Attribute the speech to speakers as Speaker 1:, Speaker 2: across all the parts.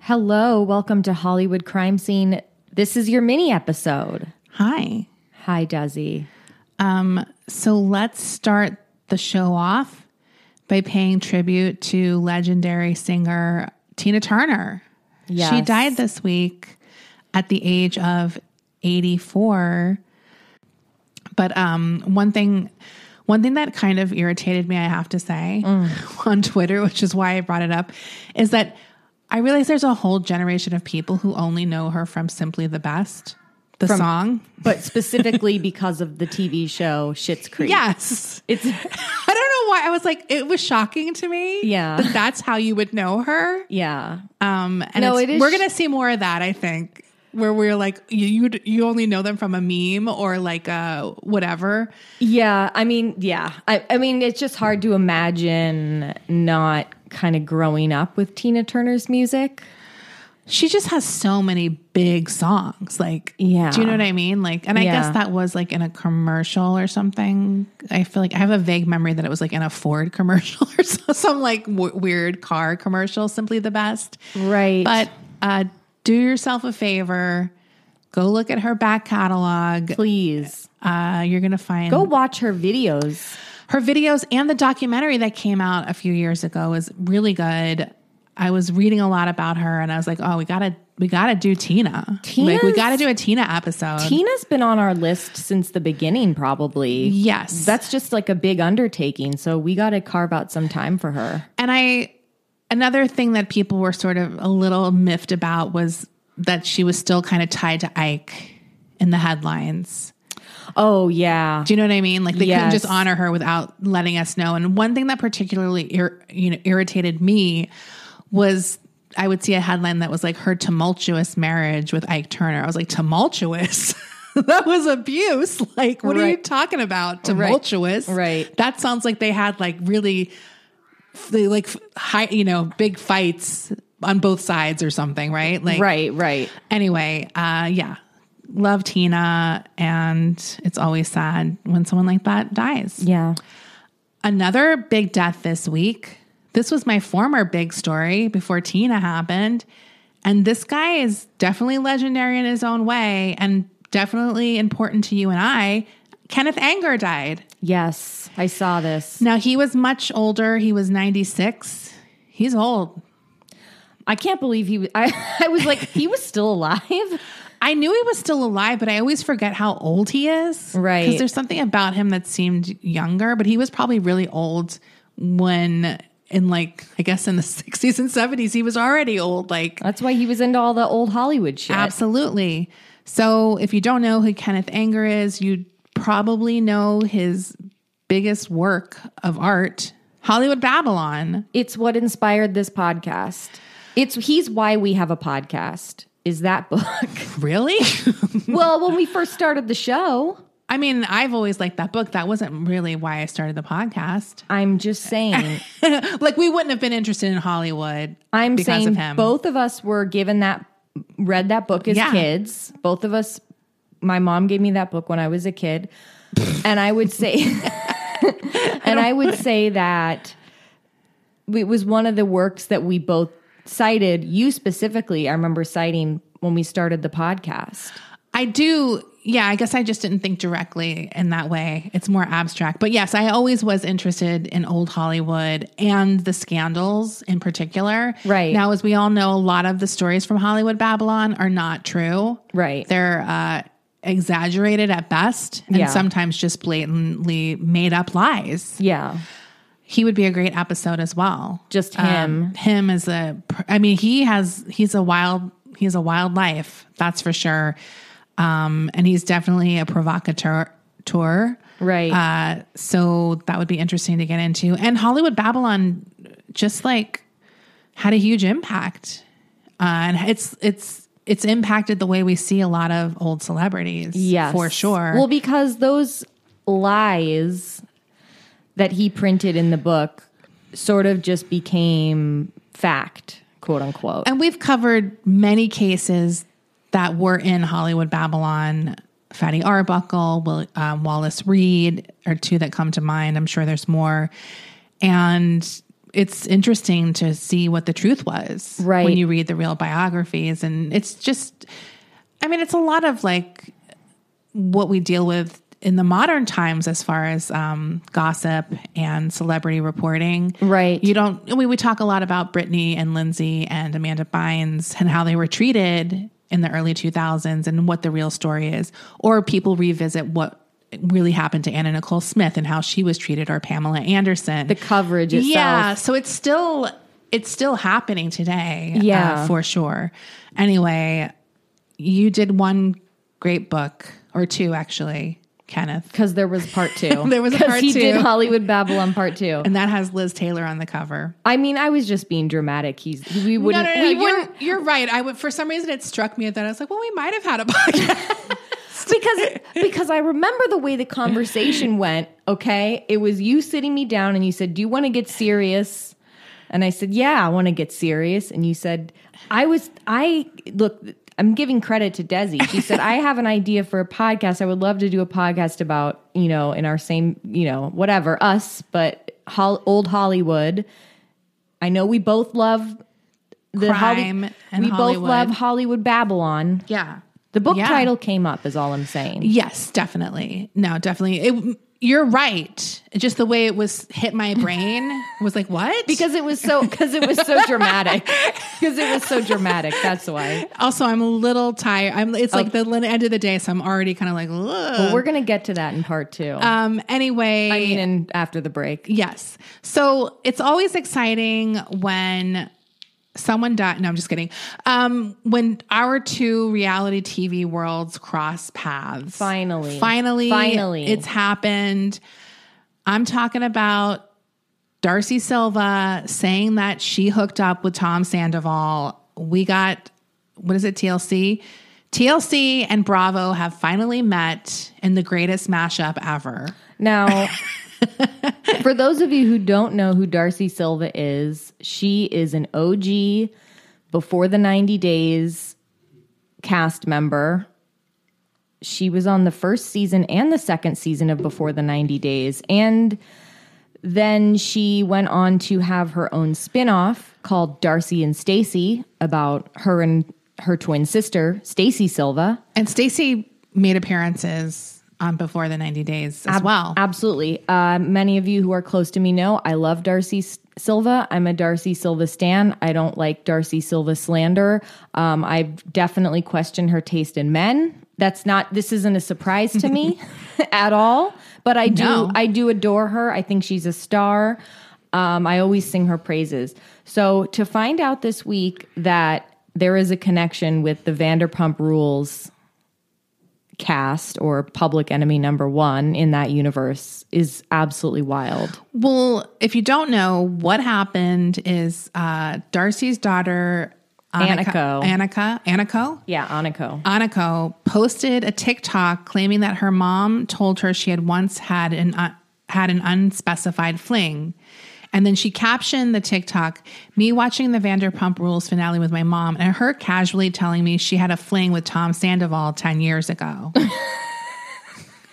Speaker 1: Hello, welcome to Hollywood Crime Scene. This is your mini episode.
Speaker 2: Hi.
Speaker 1: Hi, Desi.
Speaker 2: Um, so let's start the show off by paying tribute to legendary singer Tina Turner. She
Speaker 1: Yes.
Speaker 2: died this week at the age of 84. But um, one thing one thing that kind of irritated me, I have to say, on Twitter, which is why I brought it up, is that I realize there's a whole generation of people who only know her from Simply the Best, the song.
Speaker 1: But specifically because of the TV show Shits Creek.
Speaker 2: Yes.
Speaker 1: It's
Speaker 2: I don't know why. I was like, it was shocking to me.
Speaker 1: Yeah.
Speaker 2: That that's how you would know her.
Speaker 1: yeah.
Speaker 2: Um, and
Speaker 1: No,
Speaker 2: it's-
Speaker 1: it is
Speaker 2: we're
Speaker 1: sh-
Speaker 2: going to see more of that, I think, where we're like, you, you, you only know them from a meme or like uh, whatever.
Speaker 1: Yeah, I mean, yeah. I, I mean, it's just hard to imagine not kind of growing up with Tina Turner's music.
Speaker 2: She just has so many big songs. Like,
Speaker 1: Yeah.
Speaker 2: do you know what I mean? Like, and I
Speaker 1: Yeah.
Speaker 2: guess that was like in a commercial or something. I feel like I have a vague memory that it was like in a Ford commercial or so- some like w- weird car commercial, simply the best.
Speaker 1: Right.
Speaker 2: But uh, do yourself a favor. Go look at her back catalog.
Speaker 1: please
Speaker 2: Uh, you're gonna find
Speaker 1: go watch her videos.
Speaker 2: her videos and the documentary that came out a few years ago was really good. I was reading a lot about her, and I was like, "Oh, we gotta, we gotta do Tina. like, we
Speaker 1: Tina's-
Speaker 2: gotta do a Tina episode."
Speaker 1: Tina's been on our list since the beginning, probably.
Speaker 2: yes,
Speaker 1: That's just like a big undertaking. So we got to carve out some time for her.
Speaker 2: And I, another thing that people were sort of a little miffed about was that she was still kind of tied to Ike in the headlines.
Speaker 1: Oh, yeah.
Speaker 2: Do you know what I mean? Like they couldn't just
Speaker 1: Yes.
Speaker 2: honor her without letting us know. And one thing that particularly ir- you know irritated me was I would see a headline that was like her tumultuous marriage with Ike Turner. I was like tumultuous. that was abuse. Like what are you
Speaker 1: Right.
Speaker 2: talking about? Tumultuous.
Speaker 1: Right.
Speaker 2: That sounds like they had like really they like f- high you know big fights on both sides or something, right? Like
Speaker 1: Right, right.
Speaker 2: Anyway, uh, yeah, love Tina, and it's always sad when someone like that dies.
Speaker 1: Yeah.
Speaker 2: Another big death this week. This was my former big story before Tina happened, and this guy is definitely legendary in his own way, and definitely important to you and I. Kenneth Anger died.
Speaker 1: Yes. I saw this.
Speaker 2: Now he was much older. He was ninety six. He's old.
Speaker 1: I can't believe he was, I, I was like, he was still alive.
Speaker 2: I knew he was still alive, but I always forget how old he is.
Speaker 1: Right.
Speaker 2: Because there's something about him that seemed younger, but he was probably really old when, in like, I guess in the 60s and 70s, he was already old. Like,
Speaker 1: That's why he was into all the old Hollywood shit.
Speaker 2: absolutely. So if you don't know who Kenneth Anger is, you probably know his biggest work of art, Hollywood Babylon.
Speaker 1: It's what inspired this podcast. It's he's why we have a podcast. Is that book?
Speaker 2: Really?
Speaker 1: well, when we first started the show,
Speaker 2: I mean, I've always liked that book. That wasn't really why I started the podcast.
Speaker 1: I'm just saying.
Speaker 2: like we wouldn't have been interested in Hollywood.
Speaker 1: I'm
Speaker 2: because
Speaker 1: saying
Speaker 2: of him.
Speaker 1: both of us were given that read that book as
Speaker 2: Yeah.
Speaker 1: kids. Both of us my mom gave me that book when I was a kid. and I would say and I would say that it was one of the works that we both cited, you specifically, I remember citing when we started the podcast.
Speaker 2: I do. Yeah, I guess I just didn't think directly in that way. It's more abstract. But yes, I always was interested in old Hollywood and the scandals in particular.
Speaker 1: Right.
Speaker 2: Now, as we all know, a lot of the stories from Hollywood Babylon are not true.
Speaker 1: Right.
Speaker 2: They're uh, exaggerated at best and
Speaker 1: Yeah.
Speaker 2: sometimes just blatantly made up lies.
Speaker 1: Yeah.
Speaker 2: He would be a great episode as well.
Speaker 1: Just
Speaker 2: Um,
Speaker 1: him.
Speaker 2: him is a pr- i mean he has he's a wild he's a wild life that's for sure um and he's definitely a provocateur tour
Speaker 1: right.
Speaker 2: uh so that would be interesting to get into and hollywood babylon just like had a huge impact. Uh, and it's it's it's impacted the way we see a lot of old celebrities.
Speaker 1: Yes.
Speaker 2: For sure.
Speaker 1: Well, because those lies that he printed in the book sort of just became fact, quote unquote.
Speaker 2: And we've covered many cases that were in Hollywood Babylon. Fatty Arbuckle, Will, um, Wallace Reed are two that come to mind. I'm sure there's more. And it's interesting to see what the truth was
Speaker 1: Right.
Speaker 2: when you read the real biographies. And it's just, I mean, it's a lot of like what we deal with in the modern times as far as um, gossip and celebrity reporting.
Speaker 1: Right.
Speaker 2: You don't, I mean, we talk a lot about Brittany and Lindsay and Amanda Bynes and how they were treated in the early 2000s and what the real story is. Or people revisit what really happened to Anna Nicole Smith and how she was treated or Pamela Anderson.
Speaker 1: the coverage itself.
Speaker 2: Yeah, so it's still it's still happening today. uh,
Speaker 1: Yeah.
Speaker 2: for sure. Anyway, you did one great book or two actually, Kenneth,
Speaker 1: Because there was part two.
Speaker 2: There was a
Speaker 1: 'Cause
Speaker 2: part
Speaker 1: he did
Speaker 2: two.
Speaker 1: Hollywood Babylon part two.
Speaker 2: and that has Liz Taylor on the cover.
Speaker 1: I mean, I was just being dramatic. He's we wouldn't we
Speaker 2: you're-
Speaker 1: wouldn't
Speaker 2: You're, right. I would, for some reason, it struck me that I was like, well, we might have had a podcast.
Speaker 1: because because I remember the way the conversation went. Okay, it was you sitting me down and you said, "Do you want to get serious?" And I said, "Yeah, I want to get serious." And you said, "I was I look." I'm giving credit to Desi. She said, "I have an idea for a podcast. I would love to do a podcast about you know in our same you know whatever us, but hol- old Hollywood." I know we both love the Holly-
Speaker 2: Crime and
Speaker 1: we both
Speaker 2: Hollywood.
Speaker 1: love Hollywood Babylon.
Speaker 2: yeah.
Speaker 1: The book
Speaker 2: Yeah.
Speaker 1: title came up, is all I'm saying.
Speaker 2: Yes, definitely. No, definitely. It, you're right. Just the way it was hit my brain was like, what?
Speaker 1: because it was so because it was so dramatic because it was so dramatic that's why
Speaker 2: also I'm a little tired. I'm it's like the li- end of the day, so I'm already kind of like,
Speaker 1: but
Speaker 2: Ugh.
Speaker 1: we're gonna get to that in part two
Speaker 2: um. Anyway,
Speaker 1: i mean in after the break
Speaker 2: Yes. So it's always exciting when someone died. No, I'm just kidding. Um, when our two reality TV worlds cross paths.
Speaker 1: Finally.
Speaker 2: Finally.
Speaker 1: Finally.
Speaker 2: It's happened. I'm talking about Darcy Silva saying that she hooked up with Tom Sandoval. We got, what is it, TLC? TLC and Bravo have finally met in the greatest mashup ever.
Speaker 1: now for those of you who don't know who darcy silva is she is an og before the 90 days cast member she was on the first season and the second season of before the 90 days and then she went on to have her own spin-off called Darcy and Stacy about her and her twin sister Stacy Silva
Speaker 2: And Stacy made appearances on Before the 90 Days as well.
Speaker 1: Absolutely. Uh, many of you who are close to me know I love Darcy S- Silva. I'm a Darcy Silva stan. I don't like Darcy Silva slander. Um, I definitely question her taste in men. That's not. This isn't a surprise to me at all. But I do.
Speaker 2: No.
Speaker 1: I do adore her. I think she's a star. Um, I always sing her praises. So to find out this week that there is a connection with the Vanderpump Rules cast or public enemy number one in that universe is absolutely wild.
Speaker 2: well, if you don't know, what happened is uh, Darcy's daughter,
Speaker 1: Aniko.
Speaker 2: Annika, Aniko,
Speaker 1: Yeah, Aniko.
Speaker 2: Aniko posted a TikTok claiming that her mom told her she had once had an uh, had an unspecified fling. And then she captioned the TikTok, me watching the Vanderpump Rules finale with my mom and her casually telling me she had a fling with Tom Sandoval 10 years ago.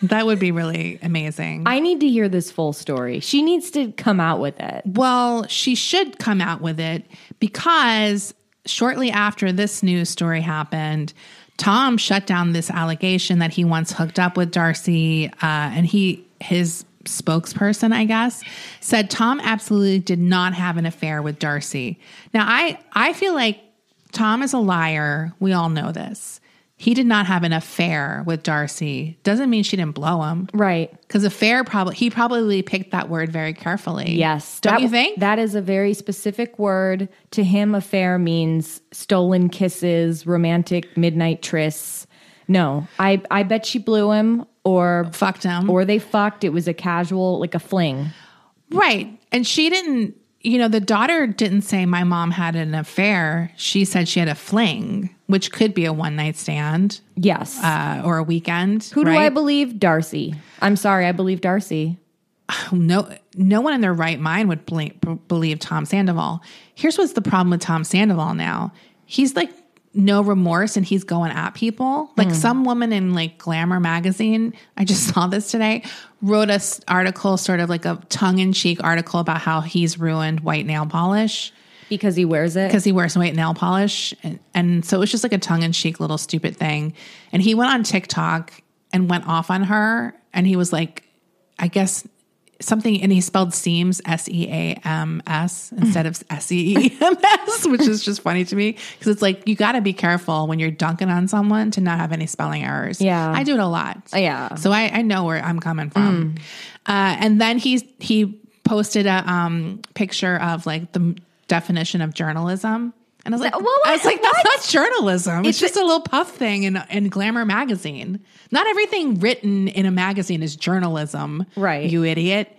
Speaker 2: that would be really amazing.
Speaker 1: I need to hear this full story. She needs to come out with it.
Speaker 2: Well, she should come out with it because shortly after this news story happened, Tom shut down this allegation that he once hooked up with Darcy, uh, and he his spokesperson, I guess, said Tom absolutely did not have an affair with Darcy. Now, I I feel like Tom is a liar. We all know this. He did not have an affair with Darcy. Doesn't mean she didn't blow him.
Speaker 1: Right.
Speaker 2: Because affair probably he probably picked that word very carefully.
Speaker 1: Yes.
Speaker 2: Don't
Speaker 1: That-
Speaker 2: you think?
Speaker 1: That is a very specific word. To him, affair means stolen kisses, romantic midnight trysts. No, I, I bet she blew him or
Speaker 2: Fucked him.
Speaker 1: or they fucked. It was a casual, like a fling.
Speaker 2: right. And she didn't you know, the daughter didn't say my mom had an affair. She said she had a fling, which could be a one night stand
Speaker 1: Yes.
Speaker 2: uh, or a weekend.
Speaker 1: Who do
Speaker 2: right?
Speaker 1: I believe? Darcy. I'm sorry, I believe Darcy.
Speaker 2: no no one in their right mind would bl- believe Tom Sandoval. Here's what's the problem with Tom Sandoval now. He's like no remorse and he's going at people. Like some woman in like Glamour magazine, I just saw this today, wrote a s- article sort of like a tongue-in-cheek article about how he's ruined white nail polish
Speaker 1: Because he wears it.
Speaker 2: because he wears white nail polish. And, and so it was just like a tongue in cheek little stupid thing. And he went on TikTok and went off on her. And he was like, I guess something, and he spelled seams, S E A M S, instead of S E E M S, which is just funny to me. Because it's like, you got to be careful when you're dunking on someone to not have any spelling errors.
Speaker 1: Yeah.
Speaker 2: I do it a lot.
Speaker 1: Yeah. Mm.
Speaker 2: So I, I know where I'm coming from. Uh, and then he's he posted a um, picture of like the m- definition of journalism. And I was like,
Speaker 1: Well, what-
Speaker 2: I was like, that's
Speaker 1: what?
Speaker 2: not journalism. It's,
Speaker 1: It's-
Speaker 2: just a little puff thing in, in Glamour magazine. Not everything written in a magazine is journalism.
Speaker 1: Right.
Speaker 2: You idiot.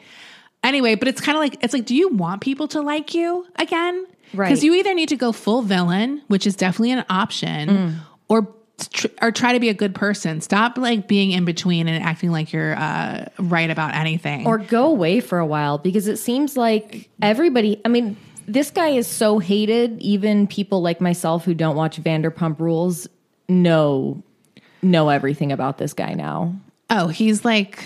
Speaker 2: Anyway, but it's kind of like, it's like, do you want people to like you again?
Speaker 1: Right.
Speaker 2: Because you either need to go full villain, which is definitely an option,
Speaker 1: Mm.
Speaker 2: or tr- or try to be a good person. Stop like being in between and acting like you're uh, right about anything.
Speaker 1: or go away for a while because it seems like everybody, I mean, this guy is so hated, even people like myself who don't watch Vanderpump Rules know know everything about this guy now.
Speaker 2: oh, he's like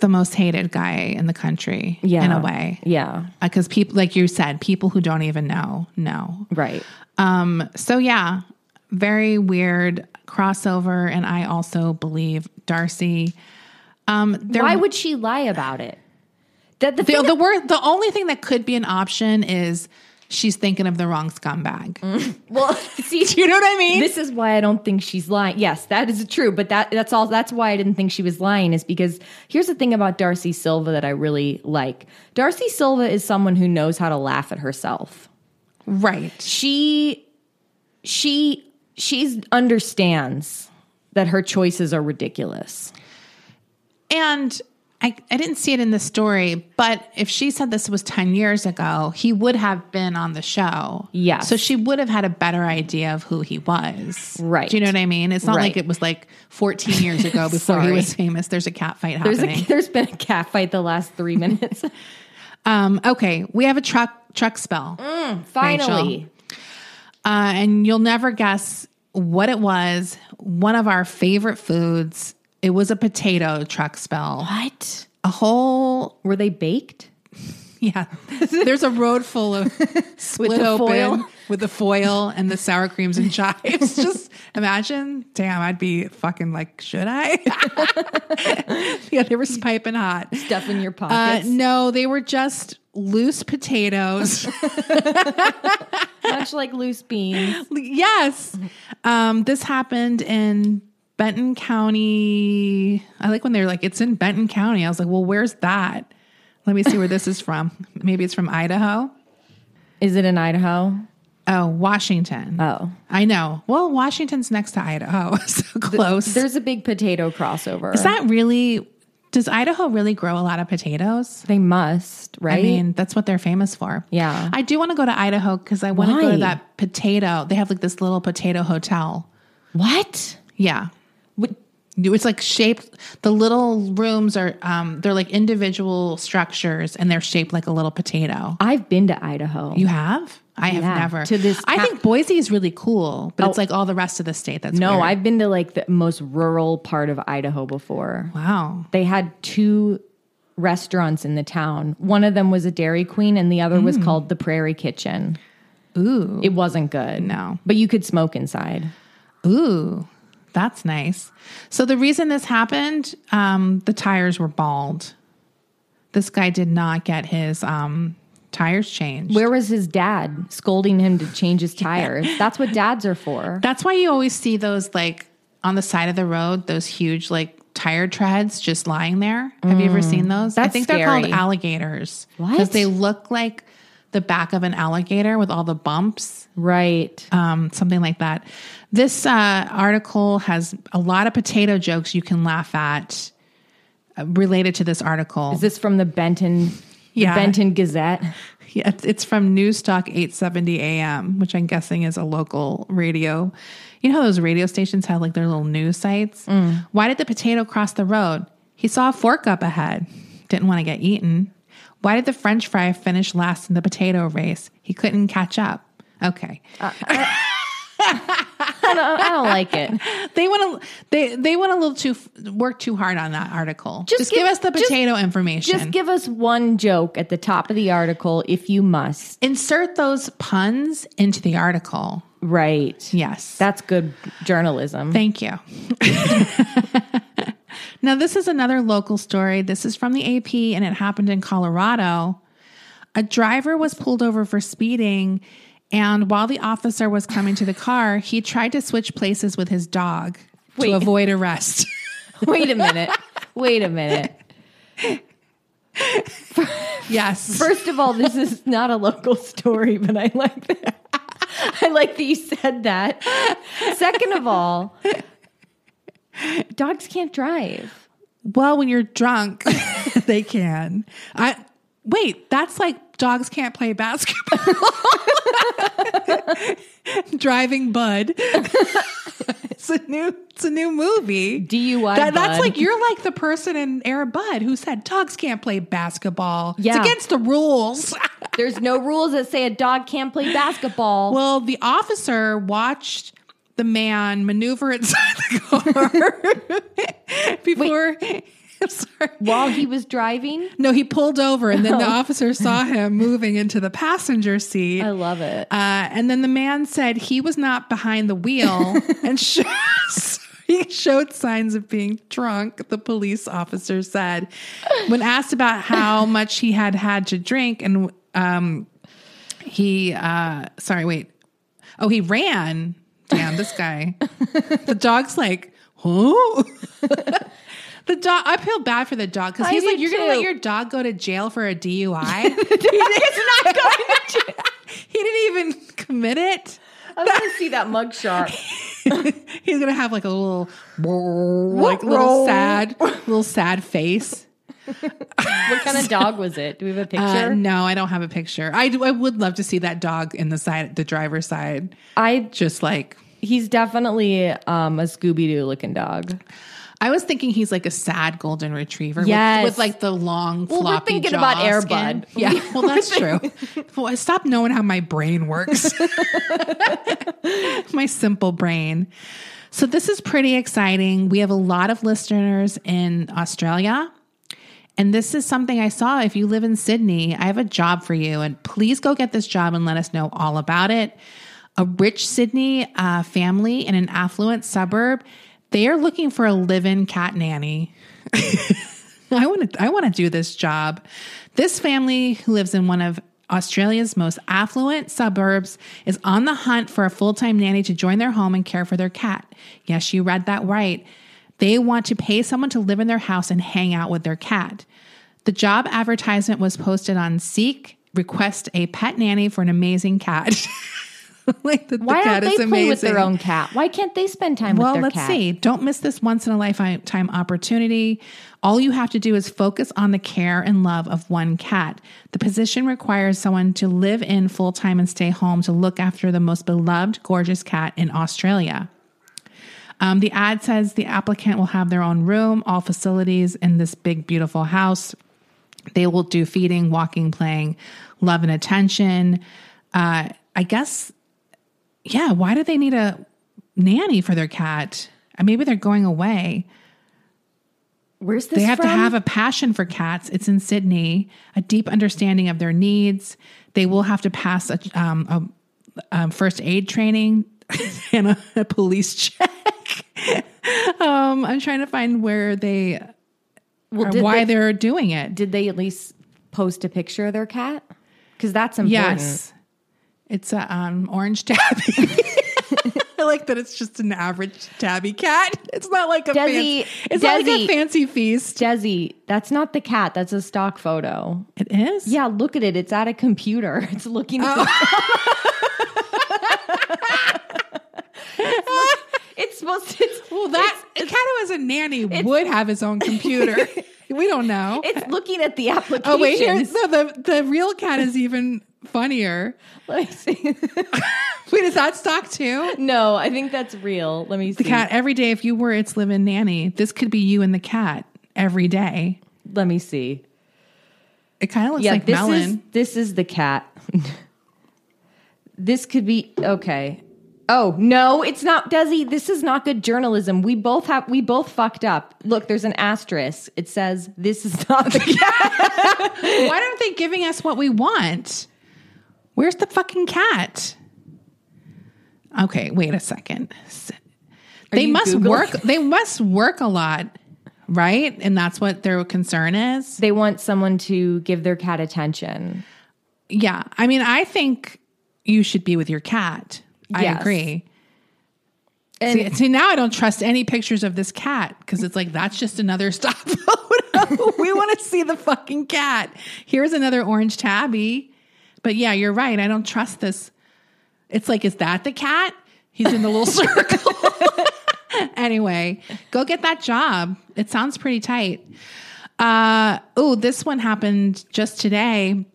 Speaker 2: the most hated guy in the country.
Speaker 1: Yeah.
Speaker 2: in a way,
Speaker 1: Yeah.
Speaker 2: because people, like you said, people who don't even know know.
Speaker 1: Right.
Speaker 2: Um. So yeah, very weird crossover, and I also believe Darcy. Um, there
Speaker 1: Why would she lie about it? That the,
Speaker 2: the,
Speaker 1: thing-
Speaker 2: the word the only thing that could be an option is she's thinking of the wrong scumbag.
Speaker 1: well, see,
Speaker 2: Do you know what I mean?
Speaker 1: this is why I don't think she's lying. Yes, that is true, but that that's all that's why I didn't think she was lying is because here's the thing about Darcy Silva that I really like. Darcy Silva is someone who knows how to laugh at herself.
Speaker 2: right.
Speaker 1: She she she's understands that her choices are ridiculous.
Speaker 2: And I, I didn't see it in the story, but if she said this was 10 years ago, he would have been on the show.
Speaker 1: Yes.
Speaker 2: So she would have had a better idea of who he was.
Speaker 1: Right.
Speaker 2: Do you know what I mean? It's not
Speaker 1: Right.
Speaker 2: like it was like 14 years ago before he
Speaker 1: Sorry.
Speaker 2: was famous. There's a cat fight
Speaker 1: There's
Speaker 2: happening.
Speaker 1: a, there's been a cat fight the last 3 minutes.
Speaker 2: um, okay. We have a truck, truck spell.
Speaker 1: Finally.
Speaker 2: Uh, and you'll never guess what it was. One of our favorite foods. It was a potato truck spell.
Speaker 1: What?
Speaker 2: A whole
Speaker 1: Were they baked?
Speaker 2: yeah. There's a road full of split
Speaker 1: the
Speaker 2: open
Speaker 1: foil.
Speaker 2: with the foil and the sour creams and chives. Just imagine. Damn, I'd be fucking like, should I? yeah, they were piping hot.
Speaker 1: Stuff in your
Speaker 2: Uh,
Speaker 1: pockets.
Speaker 2: no, they were just loose potatoes.
Speaker 1: Much like loose beans.
Speaker 2: Yes. Um, this happened in Benton County. I like when they're like, it's in Benton County. I was like, well, where's that? Let me see where this is from. Maybe it's from Idaho.
Speaker 1: Is it in Idaho?
Speaker 2: Oh, Washington.
Speaker 1: Oh.
Speaker 2: I know. Well, Washington's next to Idaho. so close.
Speaker 1: There's a big potato crossover.
Speaker 2: is that really, does Idaho really grow a lot of potatoes?
Speaker 1: they must, right?
Speaker 2: I mean, that's what they're famous for.
Speaker 1: Yeah.
Speaker 2: I do want to go to Idaho because I want to go
Speaker 1: Why?
Speaker 2: to that potato. They have like this little potato hotel.
Speaker 1: what?
Speaker 2: Yeah.
Speaker 1: What-
Speaker 2: It's like shaped. The little rooms are um, they're like individual structures, and they're shaped like a little potato.
Speaker 1: I've been to Idaho.
Speaker 2: You have? I have
Speaker 1: Yeah,
Speaker 2: never.
Speaker 1: to this
Speaker 2: I
Speaker 1: ca-
Speaker 2: think Boise is really cool, but it's
Speaker 1: Oh.
Speaker 2: like all the rest of the state. That's
Speaker 1: no,
Speaker 2: weird.
Speaker 1: I've been to like the most rural part of Idaho before.
Speaker 2: wow.
Speaker 1: They had two restaurants in the town. One of them was a Dairy Queen, and the other was
Speaker 2: Mm.
Speaker 1: called the Prairie Kitchen.
Speaker 2: Ooh,
Speaker 1: It wasn't good.
Speaker 2: No.
Speaker 1: But you could smoke inside.
Speaker 2: ooh, that's nice. So the reason this happened, um, the tires were bald. This guy did not get his um, tires changed.
Speaker 1: Where was his dad scolding him to change his tires? That's what dads are for.
Speaker 2: That's why you always see those like on the side of the road, those huge like tire treads just lying there. Have you ever seen those? I
Speaker 1: Mm. that's
Speaker 2: think they're called
Speaker 1: scary.
Speaker 2: alligators.
Speaker 1: What?
Speaker 2: Because they look like the back of an alligator with all the bumps,
Speaker 1: Right.
Speaker 2: um, something like that. This uh, article has a lot of potato jokes you can laugh at uh, related to this article.
Speaker 1: Is this from the Benton? the
Speaker 2: Yeah.
Speaker 1: Benton Gazette.
Speaker 2: Yeah, it's, it's from Newstalk 870 AM, which I'm guessing is a local radio. You know how those radio stations have like their little news sites? Why did the potato cross the road? He saw a fork up ahead. Didn't want to get eaten. Why did the french fry finish last in the potato race? He couldn't catch up. Okay.
Speaker 1: I don't, I don't like it.
Speaker 2: They want to they they went a little too work too hard on that article. Just, give, us the
Speaker 1: just-
Speaker 2: potato information.
Speaker 1: Just give us one joke at the top of the article if you must.
Speaker 2: Insert those puns into the article.
Speaker 1: Right.
Speaker 2: Yes.
Speaker 1: That's good journalism.
Speaker 2: Thank you. now, this is another local story. This is from the AP and it happened in Colorado. A driver was pulled over for speeding, and while the officer was coming to the car, he tried to switch places with his dog
Speaker 1: Wait.
Speaker 2: to avoid arrest.
Speaker 1: Wait a minute. Wait a minute.
Speaker 2: yes.
Speaker 1: First of all, this is not a local story, but I like that. I like that you said that. Second of all, dogs can't drive.
Speaker 2: well, when you're drunk, they can. I wait, that's like dogs can't play basketball. Driving Bud. it's a new it's a new movie.
Speaker 1: DUI
Speaker 2: That- that's
Speaker 1: Bud.
Speaker 2: like you're like the person in Air Bud who said dogs can't play basketball.
Speaker 1: Yeah.
Speaker 2: It's against the rules.
Speaker 1: There's no rules that say a dog can't play basketball.
Speaker 2: Well, the officer watched the man maneuver inside the car before. I'm sorry.
Speaker 1: while he was driving,
Speaker 2: No, he pulled over, and then the officer saw him moving into the passenger seat.
Speaker 1: I
Speaker 2: Uh,
Speaker 1: love it.
Speaker 2: and then the man said he was not behind the wheel, and sh- he showed signs of being drunk. The police officer said, when asked about how much he had had to drink, and um, he, uh, sorry, wait, oh, he ran. Damn, this guy. the dog's like, huh? The dog. I feel bad for the dog because
Speaker 1: I
Speaker 2: he's
Speaker 1: do
Speaker 2: like, you're gonna let
Speaker 1: too.
Speaker 2: your dog go to jail for a DUI. he didn't,
Speaker 1: not going to
Speaker 2: he didn't even commit it.
Speaker 1: I want to see that mugshot.
Speaker 2: he's gonna have like a little, like little
Speaker 1: roll.
Speaker 2: sad, little sad face.
Speaker 1: What kind of dog was it? Do we have a picture?
Speaker 2: Uh, no, I don't have a picture. I do- I would love to see that dog in the side, the driver's side,
Speaker 1: I
Speaker 2: just like.
Speaker 1: he's definitely um, a Scooby Doo looking dog.
Speaker 2: I was thinking he's like a sad golden retriever
Speaker 1: Yes.
Speaker 2: with, with like the long floppy
Speaker 1: we're thinking about
Speaker 2: jaw
Speaker 1: Air
Speaker 2: skin.
Speaker 1: Bud.
Speaker 2: Yeah, well that's true. Well, stop knowing how my brain works. my simple brain. So this is pretty exciting. We have a lot of listeners in Australia. And this is something I saw. If you live in Sydney, I have a job for you. And please go get this job and let us know all about it. A rich Sydney uh, family in an affluent suburb, they are looking for a live in cat nanny. I want to I want to do this job. This family who lives in one of Australia's most affluent suburbs is on the hunt for a full-time nanny to join their home and care for their cat. Yes, you read that right. They want to pay someone to live in their house and hang out with their cat. The job advertisement was posted on Seek. Request a pet nanny for an amazing cat. like the, the
Speaker 1: Why
Speaker 2: cat
Speaker 1: don't they
Speaker 2: is
Speaker 1: play
Speaker 2: amazing.
Speaker 1: with their own cat? Why can't they spend time
Speaker 2: Well,
Speaker 1: with their
Speaker 2: let's
Speaker 1: cat?
Speaker 2: see. Don't miss this once in a lifetime opportunity. All you have to do is focus on the care and love of one cat. The position requires someone to live in full time and stay home to look after the most beloved, gorgeous cat in Australia. Um, the ad says the applicant will have their own room, all facilities in this big, beautiful house. They will do feeding, walking, playing, love and attention. Uh, I guess, yeah, why do they need a nanny for their cat? Uh, Maybe they're going away.
Speaker 1: Where's this?
Speaker 2: They have to
Speaker 1: from?
Speaker 2: have a passion for cats. It's in Sydney, a deep understanding of their needs. They will have to pass a, um, a um, first aid training and a, a police check. um, I'm trying to find where they, or
Speaker 1: did
Speaker 2: why
Speaker 1: they-
Speaker 2: they, are doing it.
Speaker 1: Did they at least post a picture of their cat? Because that's important.
Speaker 2: Yes. It's a um, orange tabby. I like that it's just an average tabby cat. It's not like a
Speaker 1: Desi-
Speaker 2: fancy. It's not like
Speaker 1: Desi-
Speaker 2: a fancy feast.
Speaker 1: Desi, that's not the cat. That's a stock photo.
Speaker 2: It is.
Speaker 1: Yeah, look at it. It's at a computer. It's looking.
Speaker 2: Oh.
Speaker 1: At the- it's supposed. It's,
Speaker 2: Well, that a cat who has a nanny would have his own computer. We don't know.
Speaker 1: It's looking at the application.
Speaker 2: oh wait, here no the the real cat is even funnier.
Speaker 1: Let me see.
Speaker 2: Wait, is that stock too?
Speaker 1: no, I think that's real. Let me see.
Speaker 2: The cat every day. If you were its living nanny, this could be you and the cat every day.
Speaker 1: Let me see.
Speaker 2: It kind of looks
Speaker 1: yeah,
Speaker 2: like
Speaker 1: this
Speaker 2: melon.
Speaker 1: is this is the cat. this could be okay. Oh no, it's not Desi. This is not good journalism. We both have we both fucked up. Look, there's an asterisk. It says this is not the cat.
Speaker 2: Why aren't they giving us what we want? Where's the fucking cat? Okay, wait a second. S- They
Speaker 1: you
Speaker 2: must
Speaker 1: Googling?
Speaker 2: work. They must work a lot, right? And that's what their concern is.
Speaker 1: they want someone to give their cat attention.
Speaker 2: Yeah, I mean, I think you should be with your cat. I
Speaker 1: Yes.
Speaker 2: agree.
Speaker 1: And
Speaker 2: See, see, now I don't trust any pictures of this cat because it's like that's just another stock photo. we want to see the fucking cat. Here's another orange tabby. But yeah, you're right. I don't trust this. It's like, is that the cat? He's in the little circle. anyway, go get that job. It sounds pretty tight. Uh, oh, this one happened just today.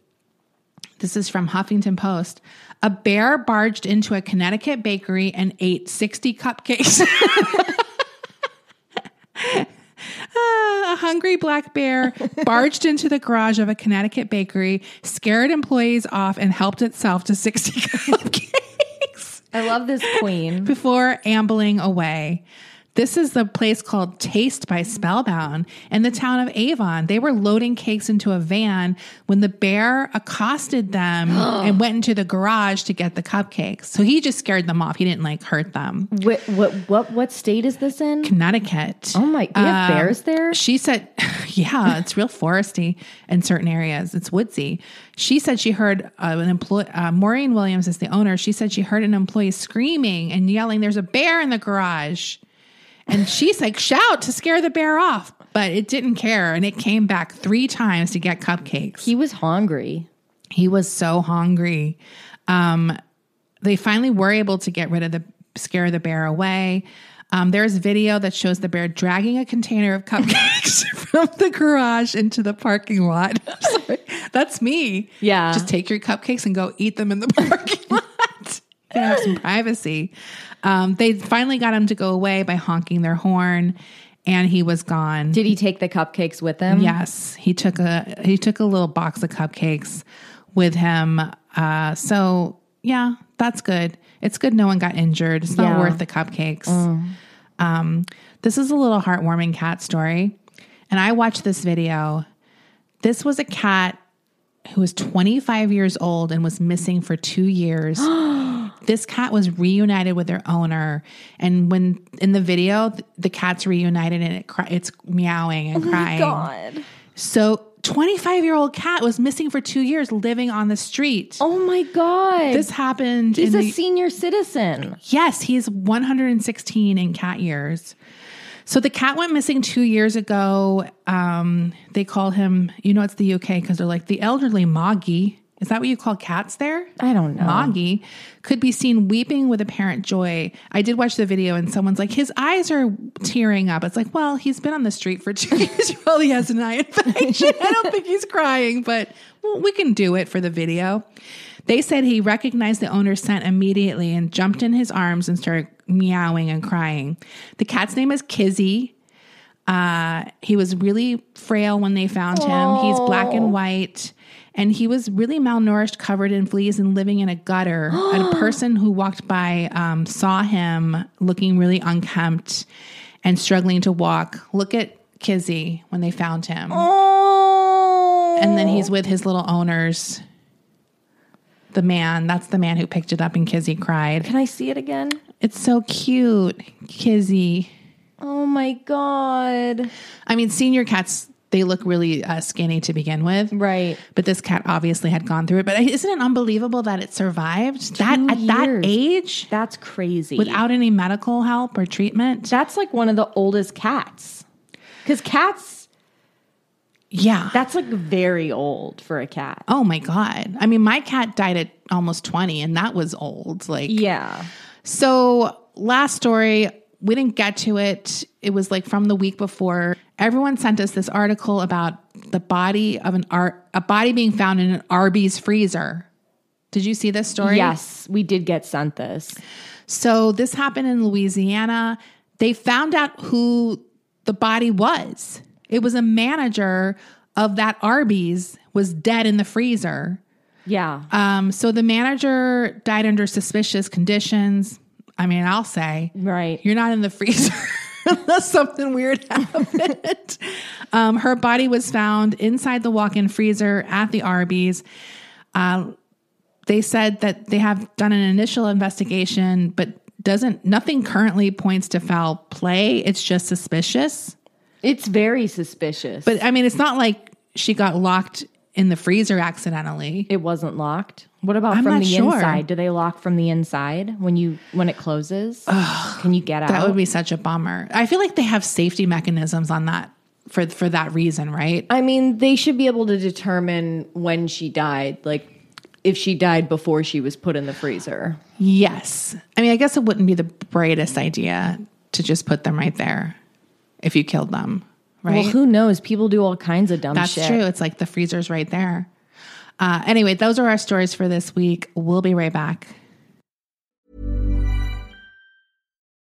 Speaker 2: This is from Huffington Post. A bear barged into a Connecticut bakery and ate 60 cupcakes. Ah, a hungry black bear barged into the garage of a Connecticut bakery, scared employees off, and helped itself to 60 cupcakes
Speaker 1: I love this queen.
Speaker 2: before ambling away. This is the place called Taste by Spellbound in the town of Avon. They were loading cakes into a van when the bear accosted them and went into the garage to get the cupcakes. So he just scared them off. He didn't like hurt them.
Speaker 1: what, what what what state is this in?
Speaker 2: Connecticut.
Speaker 1: Oh my, they have bears there?
Speaker 2: She said, yeah, it's real foresty in certain areas. It's woodsy. She said she heard uh, an employee, uh, Maureen Williams is the owner. She said she heard an employee screaming and yelling, There's a bear in the garage. And she's like, Shout to scare the bear off. But it didn't care. And it came back three times to get cupcakes.
Speaker 1: He was hungry.
Speaker 2: He was so hungry. Um, they finally were able to get rid of the scare the bear away. Um, there's video that shows the bear dragging a container of cupcakes from the garage into the parking lot. I'm sorry. That's me.
Speaker 1: Yeah.
Speaker 2: Just take your cupcakes and go eat them in the parking lot. You have some privacy. Um, they finally got him to go away by honking their horn, and he was gone.
Speaker 1: Did he take the cupcakes with him?
Speaker 2: Yes, he took a he took a little box of cupcakes with him. Uh, so yeah, that's good. It's good no one got injured. It's not
Speaker 1: Yeah. Mm.
Speaker 2: worth the cupcakes. Um, this is a little heartwarming cat story, and I watched this video. This was a cat who was 25 years old and was missing for two years. this cat was reunited with their owner, and when in the video, th- the cat's reunited and it cry, it's meowing and crying.
Speaker 1: Oh God.
Speaker 2: So, 25 year old cat was missing for two years, living on the street.
Speaker 1: Oh my god.
Speaker 2: This happened.
Speaker 1: He's
Speaker 2: in
Speaker 1: a
Speaker 2: the-
Speaker 1: senior citizen.
Speaker 2: Yes, he's 116 in cat years. So the cat went missing two years ago. Um, they call him, you know, it's the UK because they're like the elderly Moggy. Is that what you call cats there?
Speaker 1: I don't know.
Speaker 2: Moggy could be seen weeping with apparent joy. I did watch the video and someone's like, his eyes are tearing up. It's like, well, he's been on the street for two years. well, he has an eye infection. I don't think he's crying, but well, we can do it for the video. They said he recognized the owner's scent immediately and jumped in his arms and started meowing and crying. The cat's name is Kizzy. Uh, he was really frail when they found him. He's black and white. And he was really malnourished, covered in fleas, and living in a gutter. and a person who walked by um, saw him looking really unkempt and struggling to walk. Look at Kizzy when they found him.
Speaker 1: Oh.
Speaker 2: And then he's with his little owners. The man, that's the man who picked it up, and Kizzy cried.
Speaker 1: Can I see it again?
Speaker 2: It's so cute, Kizzy.
Speaker 1: Oh my god.
Speaker 2: I mean, senior cats, they look really uh, skinny to begin with.
Speaker 1: Right.
Speaker 2: But this cat obviously had gone through it. But isn't it unbelievable that it survived that at that
Speaker 1: years.
Speaker 2: age
Speaker 1: That's crazy.
Speaker 2: without any medical help or treatment?
Speaker 1: That's like one of the oldest cats. Cuz cats
Speaker 2: yeah.
Speaker 1: that's like very old for a cat.
Speaker 2: oh my God. I mean, my cat died at almost 20 and that was old. Like,
Speaker 1: Yeah.
Speaker 2: So, last story
Speaker 3: we didn't get to it. It was like from the week before. Everyone sent us this article about the body of an ar- a body being found in an Arby's freezer. Did you see this story?
Speaker 1: Yes, we did get sent this.
Speaker 3: So this happened in Louisiana. They found out who the body was. It was a manager of that Arby's was dead in the freezer.
Speaker 1: Yeah.
Speaker 3: Um, so the manager died under suspicious conditions. I mean, I'll say
Speaker 1: right.
Speaker 3: you're not in the freezer unless something weird happened. um, her body was found inside the walk-in freezer at the Arby's. Uh, they said that they have done an initial investigation, but doesn't nothing currently points to foul play. It's just suspicious.
Speaker 1: it's very suspicious.
Speaker 3: But I mean, it's not like she got locked in the freezer accidentally.
Speaker 1: it wasn't locked. What about
Speaker 3: I'm
Speaker 1: from
Speaker 3: not
Speaker 1: the
Speaker 3: sure.
Speaker 1: inside? Do they lock from the inside when you when it closes? Can you get out?
Speaker 3: That would be such a bummer. I feel like they have safety mechanisms on that for for that reason, right?
Speaker 4: I mean, they should be able to determine when she died, like if she died before she was put in the freezer.
Speaker 3: Yes. I mean, I guess it wouldn't be the brightest idea to just put them right there if you killed them,
Speaker 1: well,
Speaker 3: right?
Speaker 1: who knows? People do all kinds of dumb
Speaker 3: That's
Speaker 1: shit.
Speaker 3: true. It's like the freezer's right there. Uh, anyway, those are our stories for this week. We'll be right back.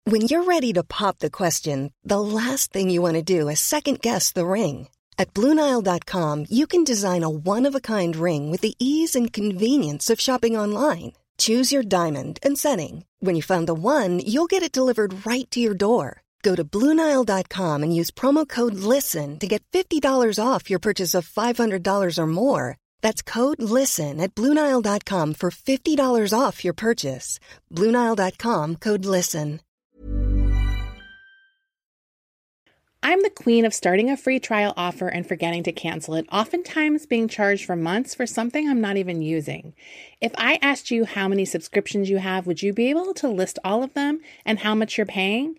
Speaker 5: When you're ready to pop the question, the last thing you want to do is second guess the ring. At Bluenile.com, you can design a one of a kind ring with the ease and convenience of shopping online. Choose your diamond and setting. When you find the one, you'll get it delivered right to your door. Go to Bluenile.com and use promo code LISTEN to get $50 off your purchase of $500 or more. That's code LISTEN at Bluenile.com for $50 off your purchase. Bluenile.com code LISTEN.
Speaker 2: I'm the queen of starting a free trial offer and forgetting to cancel it, oftentimes being charged for months for something I'm not even using. If I asked you how many subscriptions you have, would you be able to list all of them and how much you're paying?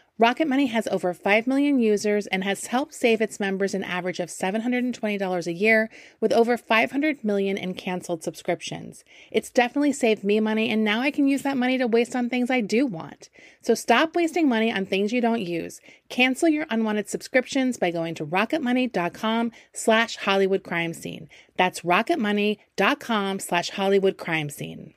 Speaker 2: Rocket Money has over 5 million users and has helped save its members an average of $720 a year with over 500 million in canceled subscriptions. It's definitely saved me money and now I can use that money to waste on things I do want. So stop wasting money on things you don't use. Cancel your unwanted subscriptions by going to rocketmoney.com slash Hollywood crime scene. That's rocketmoney.com slash Hollywood crime scene.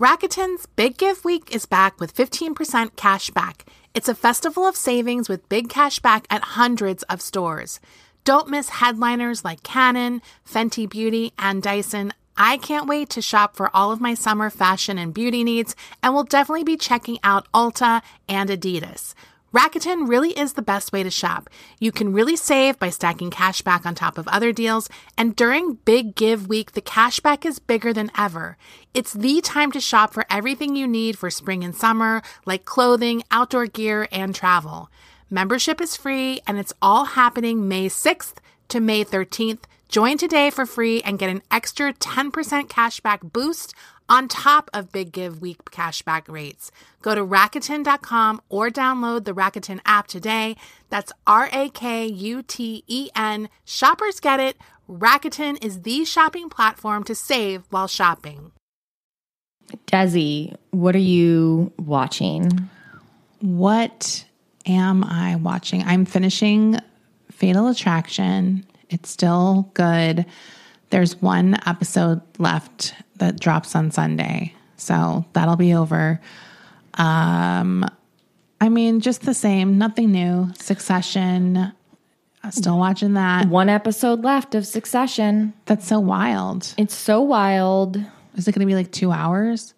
Speaker 2: Rakuten's Big Give Week is back with 15% cash back. It's a festival of savings with big cash back at hundreds of stores. Don't miss headliners like Canon, Fenty Beauty, and Dyson. I can't wait to shop for all of my summer fashion and beauty needs, and will definitely be checking out Ulta and Adidas. Rakuten really is the best way to shop. You can really save by stacking cash back on top of other deals, and during Big Give Week, the cash back is bigger than ever. It's the time to shop for everything you need for spring and summer, like clothing, outdoor gear, and travel. Membership is free, and it's all happening May 6th to May 13th. Join today for free and get an extra 10% cashback boost on top of Big Give Week cashback rates. Go to Rakuten.com or download the Rakuten app today. That's R A K U T E N. Shoppers get it. Rakuten is the shopping platform to save while shopping.
Speaker 1: Desi, what are you watching?
Speaker 3: What am I watching? I'm finishing Fatal Attraction. It's still good. There's one episode left that drops on Sunday. So that'll be over. Um I mean, just the same, nothing new. Succession. I'm Still watching that.
Speaker 1: One episode left of Succession.
Speaker 3: That's so wild.
Speaker 1: It's so wild.
Speaker 3: Is it going to be like two hours?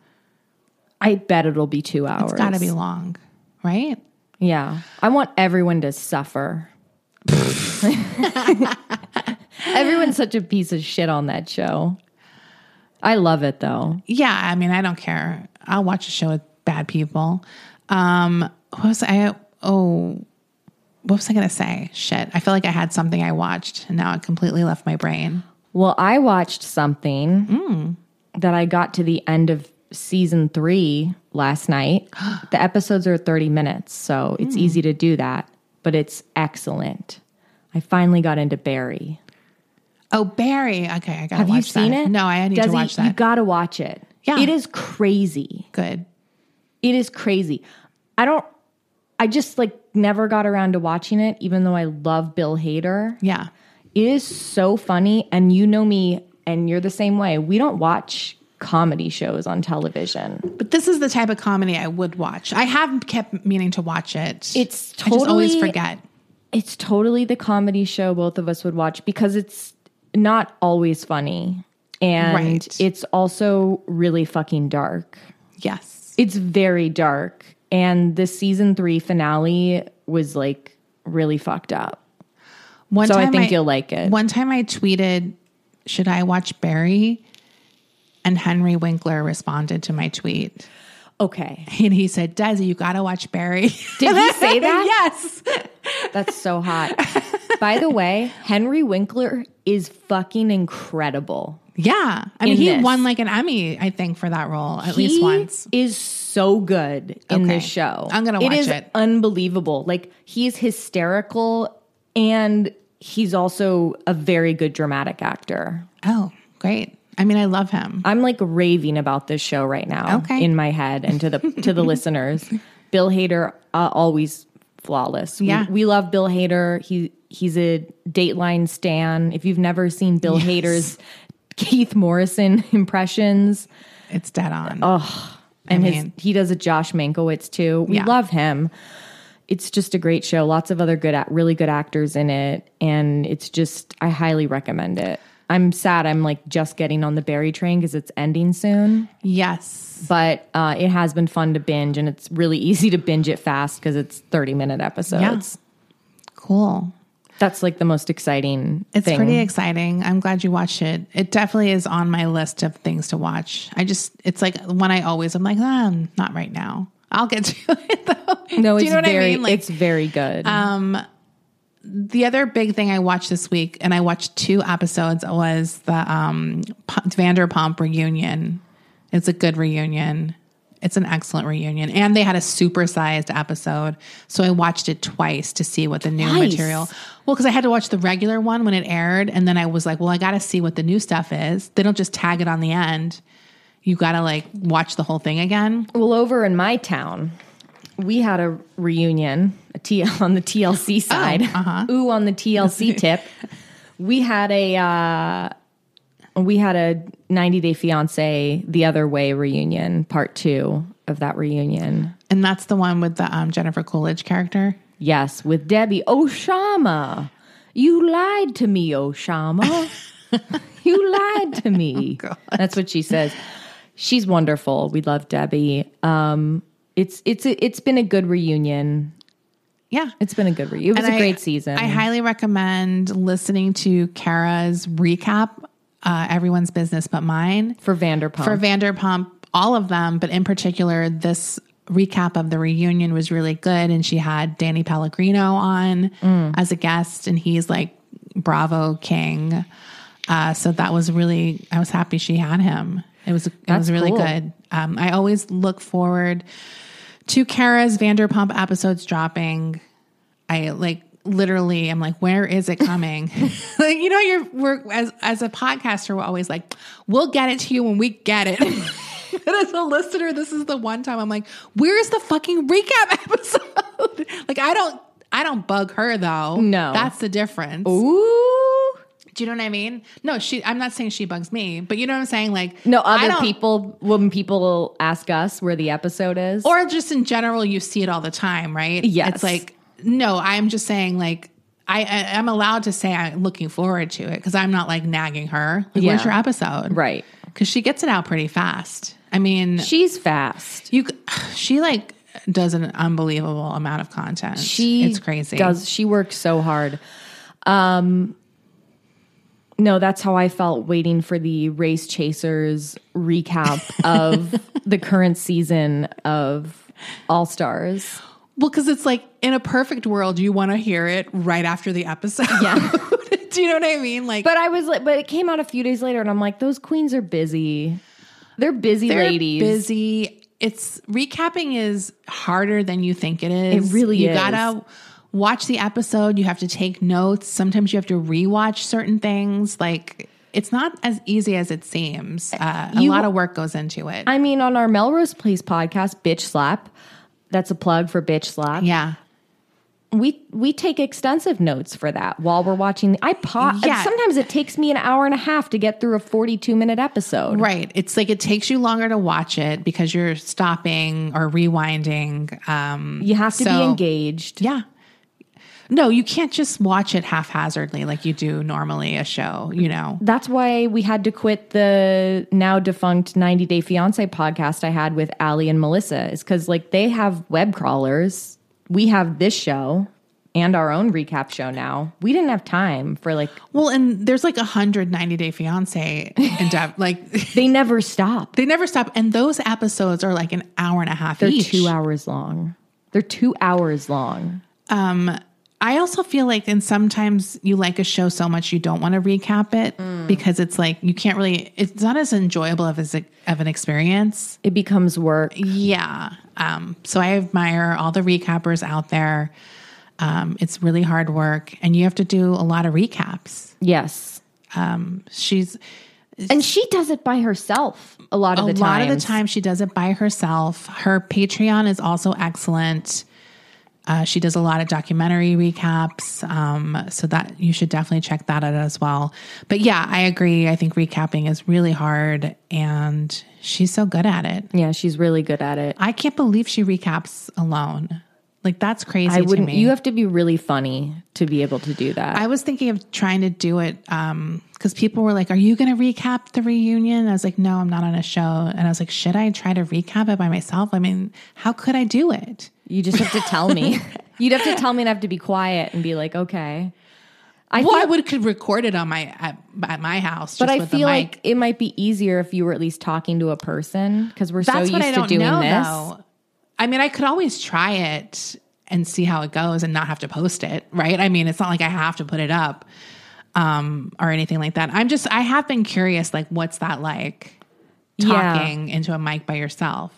Speaker 1: I bet it'll be two hours.
Speaker 3: It's got to be long, right?
Speaker 1: Yeah. I want everyone to suffer. Everyone's such a piece of shit on that show. I love it though.
Speaker 3: Yeah, I mean, I don't care. I'll watch a show with bad people. Um, what was I? Oh, what was I gonna say? Shit, I feel like I had something I watched, and now it completely left my brain.
Speaker 1: Well, I watched something
Speaker 3: Mm.
Speaker 1: that I got to the end of season three last night. the episodes are 30 minutes, so it's easy
Speaker 3: Mm.
Speaker 1: to do that, but it's excellent. I finally got into Barry.
Speaker 3: Oh, Barry. Okay, I gotta
Speaker 1: Have
Speaker 3: watch
Speaker 1: you seen
Speaker 3: that.
Speaker 1: it?
Speaker 3: No, I need to
Speaker 1: Desi,
Speaker 3: watch
Speaker 1: You
Speaker 3: that.
Speaker 1: gotta watch it.
Speaker 3: Yeah.
Speaker 1: It is crazy.
Speaker 3: Good.
Speaker 1: It is crazy. I don't, I just like never got around to watching it, even though I love Bill Hader.
Speaker 3: Yeah.
Speaker 1: It is so funny, and you know me, and you're the same way. We don't watch comedy shows on television.
Speaker 3: But this is the type of comedy I would watch. I have kept meaning to watch it.
Speaker 1: It's
Speaker 3: I just always
Speaker 1: totally-
Speaker 3: forget.
Speaker 1: It's totally the comedy show both of us would watch because it's not always funny, and
Speaker 3: Right.
Speaker 1: it's also really fucking dark.
Speaker 3: Yes.
Speaker 1: It's very dark, and the season three finale was like really fucked up.
Speaker 3: One
Speaker 1: So I think you'll like it.
Speaker 3: One time I tweeted, "Should I watch Barry?" And Henry Winkler responded to my tweet,
Speaker 1: Okay,
Speaker 3: and he said, "Desi, you gotta watch Barry."
Speaker 1: did he say that?
Speaker 3: yes.
Speaker 1: That's so hot. By the way, Henry Winkler is fucking incredible.
Speaker 3: Yeah. I mean,
Speaker 1: In
Speaker 3: he
Speaker 1: this.
Speaker 3: won like an Emmy, I think, for that role at least
Speaker 1: he
Speaker 3: once.
Speaker 1: is so good in
Speaker 3: Okay.
Speaker 1: this show.
Speaker 3: I'm gonna watch
Speaker 1: It is
Speaker 3: it.
Speaker 1: unbelievable. Like he is hysterical, and he's also a very good dramatic actor.
Speaker 3: Oh, great. I mean, I love him.
Speaker 1: I'm like raving about this show right now
Speaker 3: Okay.
Speaker 1: in my head and to the to the listeners. Bill Hader uh, always flawless. We-
Speaker 3: Yeah.
Speaker 1: we, love Bill Hader. He he's a Dateline stan. If you've never seen Bill Hader's Keith Morrison impressions
Speaker 3: It's dead on. Oh,
Speaker 1: and
Speaker 3: mean-
Speaker 1: his he does a Josh Mankiewicz too. We
Speaker 3: Yeah.
Speaker 1: love him. It's just a great show. Lots of other good, act- really good actors in it, and it's just I highly recommend it. I'm sad. I'm like just getting on the Barry train because it's ending soon.
Speaker 3: yes.
Speaker 1: but uh, it has been fun to binge and it's really easy to binge it fast because it's 30 minute episodes
Speaker 3: Cool.
Speaker 1: that's like the most exciting
Speaker 3: It's
Speaker 1: thing
Speaker 3: pretty exciting. I'm glad you watched it. It definitely is on my list of things to watch. I just, it's like one I always, I'm like, ah, not right now. I'll get to it though.
Speaker 1: no
Speaker 3: Do
Speaker 1: it's
Speaker 3: you know what
Speaker 1: very
Speaker 3: I mean? Like uh,
Speaker 1: it's very good
Speaker 3: the other big thing I watched this week, and I watched two episodes, was the um, P- Vanderpump reunion. It's a good reunion. It's an excellent reunion, and they had a supersized episode, so I watched it twice to see what the new
Speaker 1: Twice?
Speaker 3: material. Well, because I had to watch the regular one when it aired, and then I was like, well, I got to see what the new stuff is. They don't just tag it on the end. You got to like watch the whole thing again.
Speaker 1: well over in my town we had a reunion a T- on the
Speaker 3: Oh,
Speaker 1: tlc side
Speaker 3: uh-huh.
Speaker 1: ooh on the tlc tip we had a uh, we had a 90 day fiance the other way reunion part two of that reunion
Speaker 3: And that's the one with the um, Jennifer Coolidge character.
Speaker 1: Yes, with Debbie. Oshama, you lied to me, Oshama. you lied to me.
Speaker 3: Oh,
Speaker 1: That's what she says. She's wonderful. We love Debbie. Um, it's it's it's been a good reunion.
Speaker 3: Yeah,
Speaker 1: It's been a good reunion. It was
Speaker 3: And
Speaker 1: a
Speaker 3: I-
Speaker 1: great season.
Speaker 3: I highly recommend listening to Kara's recap, uh, Everyone's Business But Mine,
Speaker 1: for Vanderpump.
Speaker 3: for Vanderpump, all of them, but in particular, this recap of the reunion was really good. And she had Danny Pellegrino on
Speaker 1: Mm.
Speaker 3: as a guest, and he's like Bravo King. Uh, so that was really, I was happy she had him. It was, it was really
Speaker 1: cool.
Speaker 3: good. Um, I always look forward to Kara's Vanderpump episodes dropping. I like literally am like, where is it coming? like, you know, you're we're as as a podcaster, we're always like, we'll get it to you when we get it. but as a listener, this is the one time I'm like, where's the fucking recap episode? like, I don't I don't bug her though.
Speaker 1: No.
Speaker 3: That's the difference.
Speaker 1: Ooh.
Speaker 3: Do you know what I mean? No, she I'm not saying she bugs me, but you know what I'm saying? Like
Speaker 1: No,
Speaker 3: I
Speaker 1: other
Speaker 3: don't-
Speaker 1: people when people ask us where the episode is.
Speaker 3: or just in general, you see it all the time, right?
Speaker 1: Yes.
Speaker 3: It's like, no, I'm just saying, like, I, I am allowed to say I'm looking forward to it because I'm not like nagging her. Like,
Speaker 1: Yeah.
Speaker 3: Where's your episode?
Speaker 1: Right.
Speaker 3: Because she gets it out pretty fast. I mean, she,
Speaker 1: she's fast.
Speaker 3: you, c- she like does an unbelievable amount of content.
Speaker 1: She
Speaker 3: it's crazy.
Speaker 1: Does she works so hard? Um, No, that's how I felt waiting for the Race Chasers recap of the current season of All Stars.
Speaker 3: Well, because it's like in a perfect world, you want to hear it right after the episode.
Speaker 1: Yeah.
Speaker 3: Do you know what I mean? Like,
Speaker 1: But I was like, but it came out a few days later, and I'm like, those queens are busy. They're busy
Speaker 3: they're
Speaker 1: ladies.
Speaker 3: busy. It's recapping is harder than you think it is.
Speaker 1: It really
Speaker 3: you
Speaker 1: is.
Speaker 3: gotta watch the episode. You have to take notes. Sometimes you have to rewatch certain things. Like, it's not as easy as it seems. Uh, a
Speaker 1: You-
Speaker 3: lot of work goes into it.
Speaker 1: I mean, on our Melrose Place podcast, Bitch Slap, that's a plug for Bitch Slap.
Speaker 3: yeah.
Speaker 1: we we take extensive notes for that while we're watching. The, I pause.
Speaker 3: Yeah.
Speaker 1: Sometimes it takes me an hour and a half to get through a 42 minute episode.
Speaker 3: Right. It's like it takes you longer to watch it because you're stopping or rewinding. Um,
Speaker 1: You have to be
Speaker 3: so-
Speaker 1: engaged.
Speaker 3: Yeah. No, you can't just watch it haphazardly like you do normally a show, you know.
Speaker 1: That's why we had to quit the now defunct 90 Day Fiance podcast I had with Allie and Melissa, is because like they have web crawlers. We have this show and our own recap show now. We didn't have time for like,
Speaker 3: Well, and there's like a hundred ninety day fiance endeavor. like
Speaker 1: they never stop.
Speaker 3: they never stop. And those episodes are like an hour and a half
Speaker 1: They're
Speaker 3: each.
Speaker 1: two hours long. They're two hours long.
Speaker 3: Um, I also feel like, and sometimes you like a show so much you don't want to recap it
Speaker 1: Mm.
Speaker 3: because it's like you can't really. It's not as enjoyable of as of an experience.
Speaker 1: It becomes work.
Speaker 3: Yeah. Um, so I admire all the recappers out there. Um, it's really hard work, and you have to do a lot of recaps.
Speaker 1: Yes.
Speaker 3: She's
Speaker 1: And she does it by herself a lot of
Speaker 3: a
Speaker 1: the
Speaker 3: lot
Speaker 1: time.
Speaker 3: of the time she does it by herself. Her Patreon is also excellent. Uh, she does a lot of documentary recaps, um, so that you should definitely check that out as well. But yeah, I agree. I think recapping is really hard, and she's so good at it.
Speaker 1: Yeah, she's really good at it.
Speaker 3: I can't believe she recaps alone. Like that's crazy.
Speaker 1: I
Speaker 3: to
Speaker 1: wouldn't.
Speaker 3: me.
Speaker 1: You have to be really funny to be able to do that.
Speaker 3: I was thinking of trying to do it because people were like, "Are you going to recap the reunion?" And I was like, "No, I'm not on a show." And I was like, "Should I try to recap it by myself? I mean, how could I do it?"
Speaker 1: You just have to tell me. You'd have to tell me, and I have to be quiet and be like, okay. I
Speaker 3: well, I
Speaker 1: feel-
Speaker 3: would could record it on my at, at my house,
Speaker 1: but
Speaker 3: just
Speaker 1: I
Speaker 3: with
Speaker 1: feel
Speaker 3: the mic.
Speaker 1: like it might be easier if you were at least talking to a person because we're
Speaker 3: that's
Speaker 1: so
Speaker 3: what
Speaker 1: used
Speaker 3: I
Speaker 1: to
Speaker 3: don't
Speaker 1: doing
Speaker 3: know.
Speaker 1: this.
Speaker 3: Though, I mean, I could always try it and see how it goes, and not have to post it, right? I mean, it's not like I have to put it up um, or anything like that. I'm just, I have been curious, like, what's that like
Speaker 1: Yeah.
Speaker 3: talking into a mic by yourself?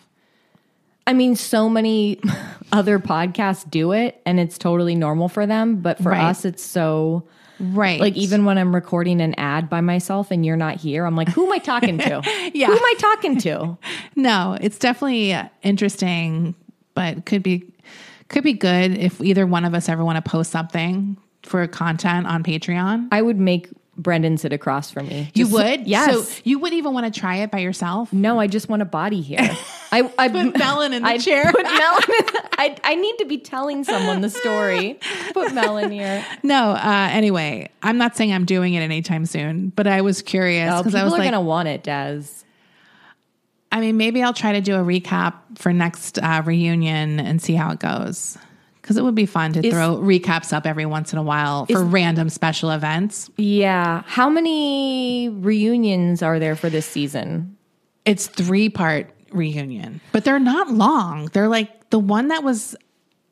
Speaker 1: I mean, so many other podcasts do it, and it's totally normal for them. But for
Speaker 3: Right.
Speaker 1: us, it's so
Speaker 3: Right.
Speaker 1: Like e- even when I'm recording an ad by myself and you're not here, I'm like, who am I talking to?
Speaker 3: Yeah.
Speaker 1: Who am I talking to?
Speaker 3: no, it's definitely uh, interesting, but could be could be good if either one of us ever want to post something for content on Patreon.
Speaker 1: I would make Brendan sit across from me.
Speaker 3: You
Speaker 1: Just-
Speaker 3: would?
Speaker 1: Yes.
Speaker 3: So you would even want to try it by yourself?
Speaker 1: no, I just want a body here. I, I
Speaker 3: Put Melon in the
Speaker 1: I'd
Speaker 3: chair.
Speaker 1: Put Melon. I, I need to be telling someone the story. Put Melon here.
Speaker 3: No, uh anyway, I'm not saying I'm doing it anytime soon, but I was curious
Speaker 1: Oh,
Speaker 3: because
Speaker 1: people
Speaker 3: I was
Speaker 1: are
Speaker 3: like
Speaker 1: gonna want it, Des.
Speaker 3: I mean, maybe I'll try to do a recap for next uh, reunion and see how it goes. Because it would be fun to throw recaps up every once in a while for random special events.
Speaker 1: Yeah. How many reunions are there for this season?
Speaker 3: It's three part reunion, but they're not long. They're like the one that was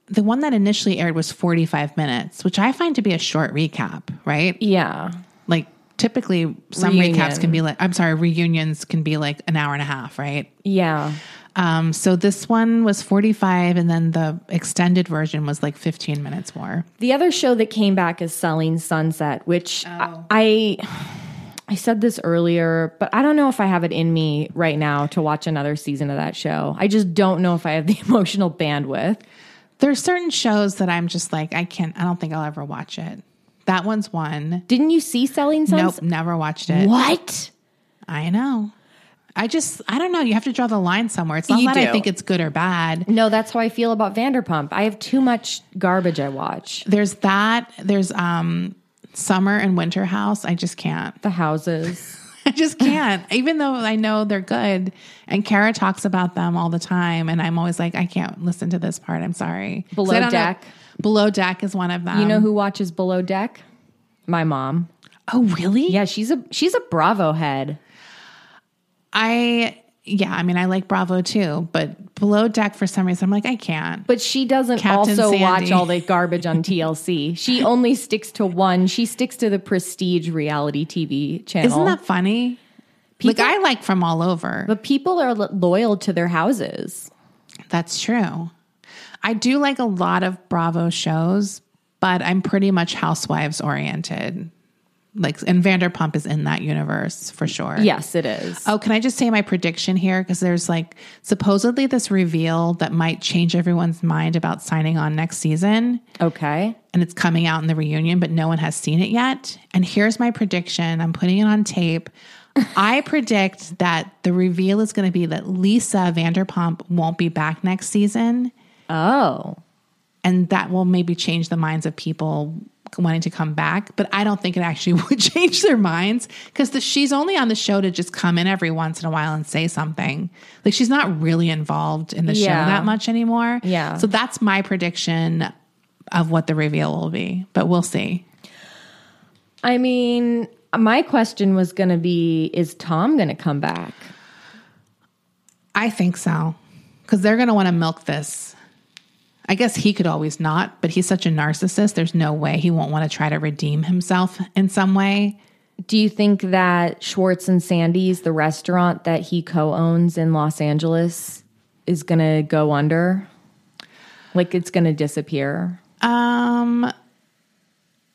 Speaker 3: the one that initially aired was 45 minutes, which I find to be a short recap, right?
Speaker 1: Yeah.
Speaker 3: Like typically some recaps
Speaker 1: Reunion.
Speaker 3: can be like I'm sorry, reunions can be like an hour and a half, right?
Speaker 1: Yeah.
Speaker 3: Um so this one was 45 and then the extended version was like 15 minutes more.
Speaker 1: The other show that came back is Selling Sunset, which I I said this earlier, but I don't know if I have it in me right now to watch another season of that show. I just don't know if I have the emotional bandwidth.
Speaker 3: There's certain shows that I'm just like I can't I don't think I'll ever watch it. That one's one.
Speaker 1: Didn't you see Selling
Speaker 3: Nope,
Speaker 1: Sunset?
Speaker 3: never watched it.
Speaker 1: What?
Speaker 3: I know. I just, I don't know. You have to draw the line somewhere. It's not
Speaker 1: You
Speaker 3: that I
Speaker 1: do.
Speaker 3: think it's good or bad.
Speaker 1: No, that's how I feel about Vanderpump. I have too much garbage I watch.
Speaker 3: There's that. There's um summer and winter house. I just can't.
Speaker 1: The houses.
Speaker 3: I just can't. Even though I know they're good, and Kara talks about them all the time, and I'm always like, I can't listen to this part. I'm sorry. 'Cause I
Speaker 1: Below
Speaker 3: don't know-
Speaker 1: Deck.
Speaker 3: Below deck is one of them.
Speaker 1: You know who watches Below Deck? my mom.
Speaker 3: Oh, really?
Speaker 1: Yeah, she's a she's a Bravo head.
Speaker 3: I yeah, I mean I like Bravo too, but Below Deck for some reason I'm like I can't.
Speaker 1: But she doesn't
Speaker 3: Captain
Speaker 1: also
Speaker 3: Sandy.
Speaker 1: watch all the garbage on TLC. She only sticks to one. She sticks to the prestige reality TV channel.
Speaker 3: Isn't that funny?
Speaker 1: People-
Speaker 3: like I like from all over.
Speaker 1: But people are lo- loyal to their houses.
Speaker 3: That's true. I do like a lot of Bravo shows, but I'm pretty much housewives oriented. Like and Vanderpump is in that universe for sure.
Speaker 1: Yes, it is.
Speaker 3: Oh, can I just say my prediction here? Because there's like supposedly this reveal that might change everyone's mind about signing on next season,
Speaker 1: Okay.
Speaker 3: and it's coming out in the reunion, but no one has seen it yet. And here's my prediction I'm putting it on tape. I predict that the reveal is going to be that Lisa Vanderpump won't be back next season,
Speaker 1: Oh.
Speaker 3: and that will maybe change the minds of people wanting to come back. But I don't think it actually would change their minds because the, she's only on the show to just come in every once in a while and say something. Like she's not really involved in the
Speaker 1: Yeah.
Speaker 3: show that much anymore.
Speaker 1: Yeah.
Speaker 3: So that's my prediction of what the reveal will be, but we'll see.
Speaker 1: I mean, my question was going to be is Tom going to come back?
Speaker 3: I think so because they're going to want to milk this. I guess he could always not, but he's such a narcissist. There's no way he won't want to try to redeem himself in some way.
Speaker 1: Do you think that Schwartz and Sandy's, the restaurant that he co owns in Los Angeles, is going to go under? Like it's going to disappear?
Speaker 3: Um,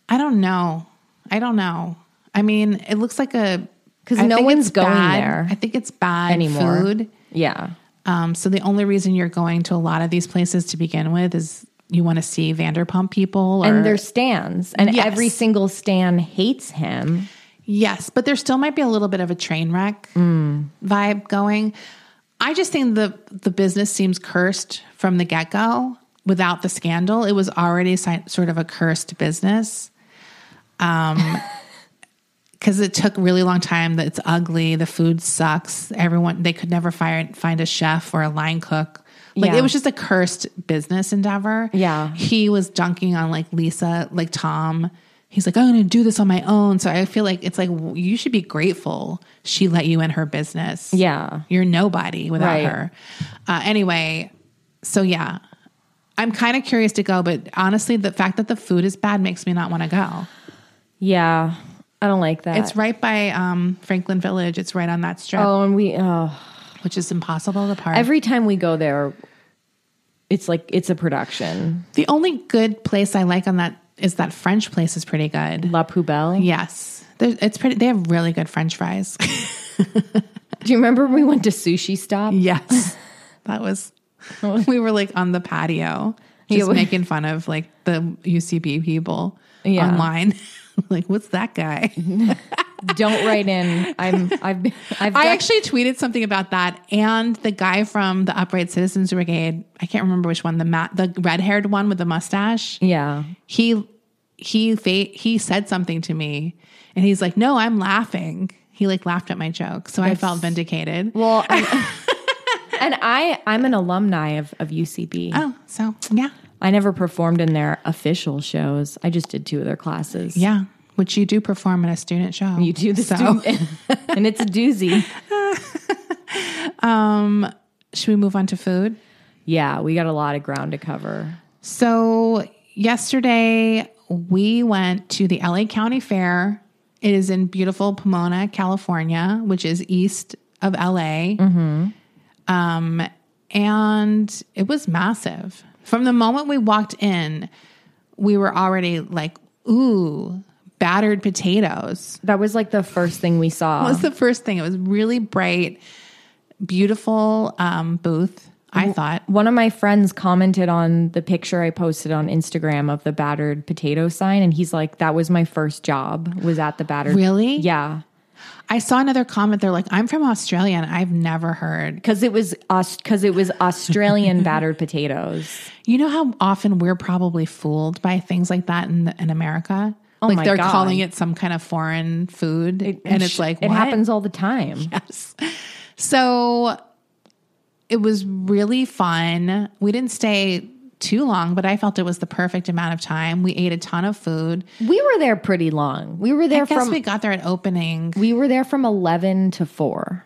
Speaker 3: I don't know. I don't know. I mean, it looks like a
Speaker 1: 'Cause
Speaker 3: I
Speaker 1: no
Speaker 3: think
Speaker 1: one's
Speaker 3: it's
Speaker 1: going
Speaker 3: bad-
Speaker 1: there
Speaker 3: I think it's bad
Speaker 1: anymore.
Speaker 3: food.
Speaker 1: Yeah.
Speaker 3: Um, so the only reason you're going to a lot of these places to begin with is you want to see Vanderpump people, or,
Speaker 1: And their stands, and
Speaker 3: Yes.
Speaker 1: every single stand hates him.
Speaker 3: yes, but there still might be a little bit of a train wreck vibe going. I just think the the business seems cursed from the get go. Without the scandal, it was already si- sort of a cursed business. because it took really long time. That it's ugly. The food sucks. Everyone they could never find find a chef or a line cook. Like
Speaker 1: Yeah.
Speaker 3: it was just a cursed business endeavor.
Speaker 1: Yeah.
Speaker 3: he was dunking on like Lisa, like Tom. He's like, I'm going to do this on my own. So I feel like it's like w- you should be grateful she let you in her business.
Speaker 1: Yeah.
Speaker 3: you're nobody without
Speaker 1: Right.
Speaker 3: her. Uh, anyway, so yeah. I'm kind of curious to go, but honestly, the fact that the food is bad makes me not want to go.
Speaker 1: Yeah. I don't like that.
Speaker 3: It's right by um, Franklin Village. It's right on that strip,
Speaker 1: Oh, and we, oh.
Speaker 3: which is impossible to park.
Speaker 1: Every time we go there, it's like it's a production.
Speaker 3: the only good place I like on that is that French place is pretty good.
Speaker 1: La Poubelle.
Speaker 3: Yes, There- it's pretty. They have really good French fries.
Speaker 1: Do you remember when we went to Sushi Stop?
Speaker 3: yes, that was. We were like on the patio, just
Speaker 1: we-
Speaker 3: making fun of like the UCB people
Speaker 1: Yeah. Mm-hmm.
Speaker 3: online. like, what's that guy?
Speaker 1: Don't write in. I'm. I've. been- I've.
Speaker 3: I
Speaker 1: done-
Speaker 3: actually tweeted something about that, and the guy from the Upright Citizens Brigade. I can't remember which one. The ma- the red haired one with the mustache.
Speaker 1: Yeah.
Speaker 3: he he fa- he said something to me and he's like no i'm laughing he like laughed at my joke so i felt vindicated
Speaker 1: Well. I'm- and I. I'm an alumni of of UCB.
Speaker 3: oh so yeah
Speaker 1: I never performed in their official shows. I just did two of their classes.
Speaker 3: yeah which you do perform at a student show
Speaker 1: You do the
Speaker 3: so
Speaker 1: student, and it's a doozy.
Speaker 3: should we move on to food
Speaker 1: Yeah, we got a lot of ground to cover.
Speaker 3: so yesterday we went to the la county fair it is in beautiful pomona california which is east of la um, and it was massive. From the moment we walked in, we were already like, ooh, battered potatoes.
Speaker 1: That was like the first thing we saw.
Speaker 3: That was the first thing. It was really bright, beautiful um, booth, I thought.
Speaker 1: One of my friends commented on the picture I posted on Instagram of the battered potato sign, and he's like, "That was my first job. Was at the battered."
Speaker 3: Really?
Speaker 1: Yeah,
Speaker 3: I saw another comment. They're like, I'm from Australia and I've never heard.
Speaker 1: because it was because it was Australian battered potatoes.
Speaker 3: You know how often we're probably fooled by things like that in, in America?
Speaker 1: Oh
Speaker 3: like
Speaker 1: my
Speaker 3: they're
Speaker 1: God.
Speaker 3: calling it some kind of foreign food. and it's like,
Speaker 1: it
Speaker 3: what?
Speaker 1: happens all the time.
Speaker 3: So it was really fun. We didn't stay too long, but I felt it was the perfect amount of time. We ate a ton of food.
Speaker 1: We were there pretty long. We were there
Speaker 3: I guess
Speaker 1: from
Speaker 3: we got there at opening.
Speaker 1: we were there from 11 to 4.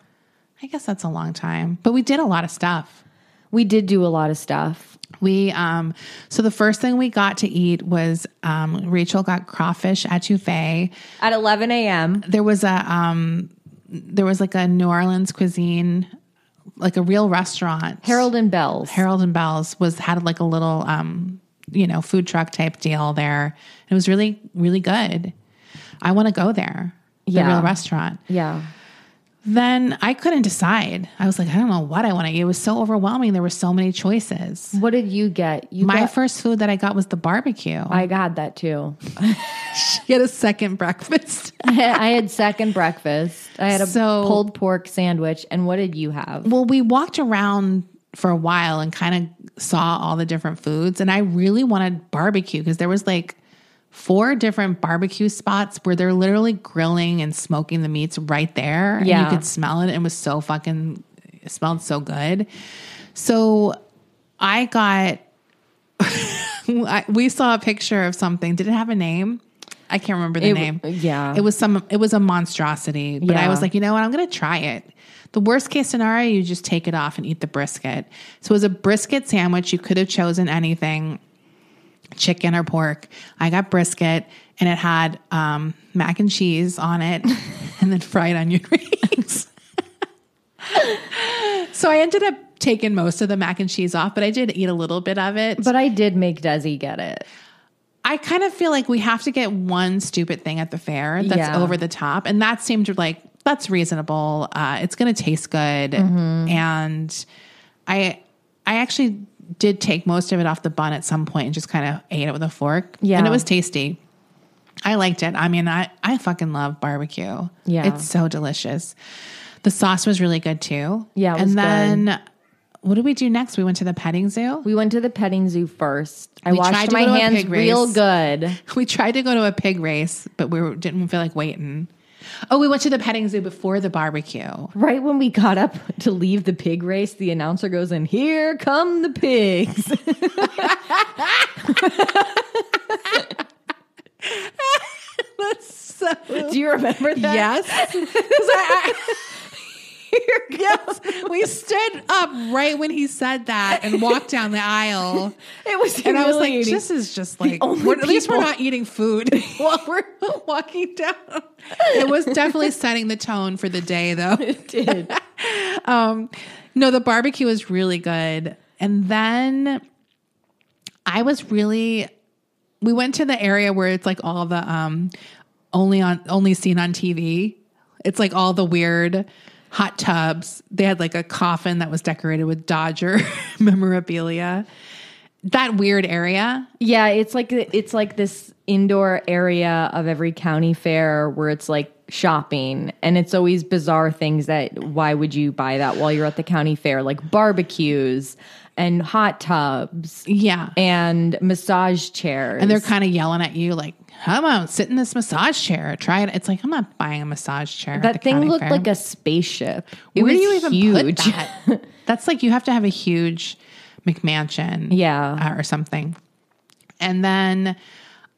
Speaker 3: I guess that's a long time, but we did a lot of stuff.
Speaker 1: We did do a lot of stuff.
Speaker 3: We um so the first thing we got to eat was um Rachel got crawfish etouffee.
Speaker 1: At 11 a.m.
Speaker 3: There was a um there was like a New Orleans cuisine like a real restaurant.
Speaker 1: Harold and Bell's.
Speaker 3: Harold and Bell's was had like a little um you know food truck type deal there. It was really really good. I want to go there. The
Speaker 1: Yeah.
Speaker 3: real restaurant.
Speaker 1: Yeah.
Speaker 3: Then I couldn't decide. I was like, I don't know what I want to eat. It was so overwhelming. There were so many choices.
Speaker 1: What did you get? You
Speaker 3: My
Speaker 1: got,
Speaker 3: first food that I got was the barbecue.
Speaker 1: I got that too.
Speaker 3: get a second breakfast.
Speaker 1: I had second breakfast. I had a
Speaker 3: So-
Speaker 1: pulled pork sandwich. And what did you have?
Speaker 3: well, we walked around for a while and kind of saw all the different foods, and I really wanted barbecue because there was like four different barbecue spots where they're literally grilling and smoking the meats right there. and
Speaker 1: Yeah.
Speaker 3: you could smell it, and it was so fucking it smelled so good. So I got. I- we saw a picture of something. Did it have a name? I can't remember the
Speaker 1: It-
Speaker 3: name.
Speaker 1: yeah.
Speaker 3: It was some it was a monstrosity, but I
Speaker 1: Yeah.
Speaker 3: was like, you know what? I'm going to try it. The worst case scenario, you just take it off and eat the brisket. So it was a brisket sandwich. You could have chosen anything, chicken or pork. I got brisket and it had um, mac and cheese on it and then fried onion rings. so I ended up taking most of the mac and cheese off, but I did eat a little bit of it.
Speaker 1: But I did make Desi get it.
Speaker 3: I kind of feel like we have to get one stupid thing at the fair that's
Speaker 1: Yeah.
Speaker 3: over the top, and that seemed like that's reasonable. Uh, it's going to taste good,
Speaker 1: Mm-hmm.
Speaker 3: and I I actually did take most of it off the bun at some point and just kind of ate it with a fork.
Speaker 1: Yeah.
Speaker 3: and it was tasty. I liked it. I mean, I I fucking love barbecue.
Speaker 1: Yeah.
Speaker 3: it's so delicious. The sauce was really good too.
Speaker 1: Yeah, it was
Speaker 3: and
Speaker 1: good.
Speaker 3: then what did we do next? We went to the petting zoo.
Speaker 1: We went to the petting zoo first. I
Speaker 3: We tried
Speaker 1: washed
Speaker 3: to
Speaker 1: my
Speaker 3: go to a
Speaker 1: hands
Speaker 3: pig race.
Speaker 1: real good.
Speaker 3: We tried to go to a pig race, but we were, didn't feel like waiting. Oh, we went to the petting zoo before the barbecue.
Speaker 1: Right when we got up to leave the pig race, the announcer goes in, Here come the pigs.
Speaker 3: So
Speaker 1: Do you remember that?
Speaker 3: yes, 'Cause I- I- yes, we stood up right when he said that and walked down the aisle,
Speaker 1: It was
Speaker 3: and I was like,
Speaker 1: humiliating.
Speaker 3: "This is just like
Speaker 1: only
Speaker 3: we're- at least we're
Speaker 1: people-
Speaker 3: not eating food while we're walking down." It was definitely setting the tone for the day, though.
Speaker 1: did.
Speaker 3: um, no, the barbecue was really good. And then I was really, we went to the area where it's like all the um, only on only seen on TV. It's like all the weird hot tubs. They had like a coffin that was decorated with Dodger memorabilia. That weird area.
Speaker 1: Yeah, it's like it's like this indoor area of every county fair where it's like shopping and it's always bizarre things that why would you buy that while you're at the county fair like barbecues and hot tubs
Speaker 3: Yeah.
Speaker 1: and massage chairs.
Speaker 3: And they're kind of yelling at you like, come on, sit in this massage chair. Try it. It's like, I'm not buying a massage chair. at the
Speaker 1: that thing
Speaker 3: county
Speaker 1: looked
Speaker 3: fair.
Speaker 1: like a spaceship. It
Speaker 3: Where
Speaker 1: was
Speaker 3: do you even
Speaker 1: huge.
Speaker 3: put that? That's like you have to have a huge McMansion,
Speaker 1: Yeah.
Speaker 3: uh, or something. And then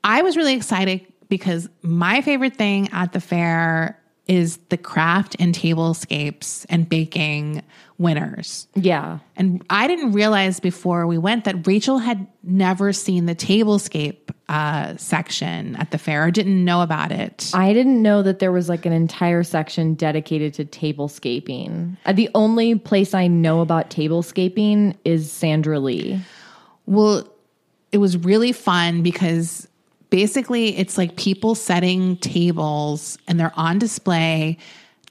Speaker 3: I was really excited because my favorite thing at the fair is the craft and tablescapes and baking winners.
Speaker 1: yeah.
Speaker 3: And I didn't realize before we went that Rachel had never seen the tablescape uh, section at the fair or didn't know about it.
Speaker 1: I didn't know that there was like an entire section dedicated to tablescaping. Uh, The only place I know about tablescaping is Sandra Lee.
Speaker 3: Well, it was really fun because basically it's like people setting tables and they're on display.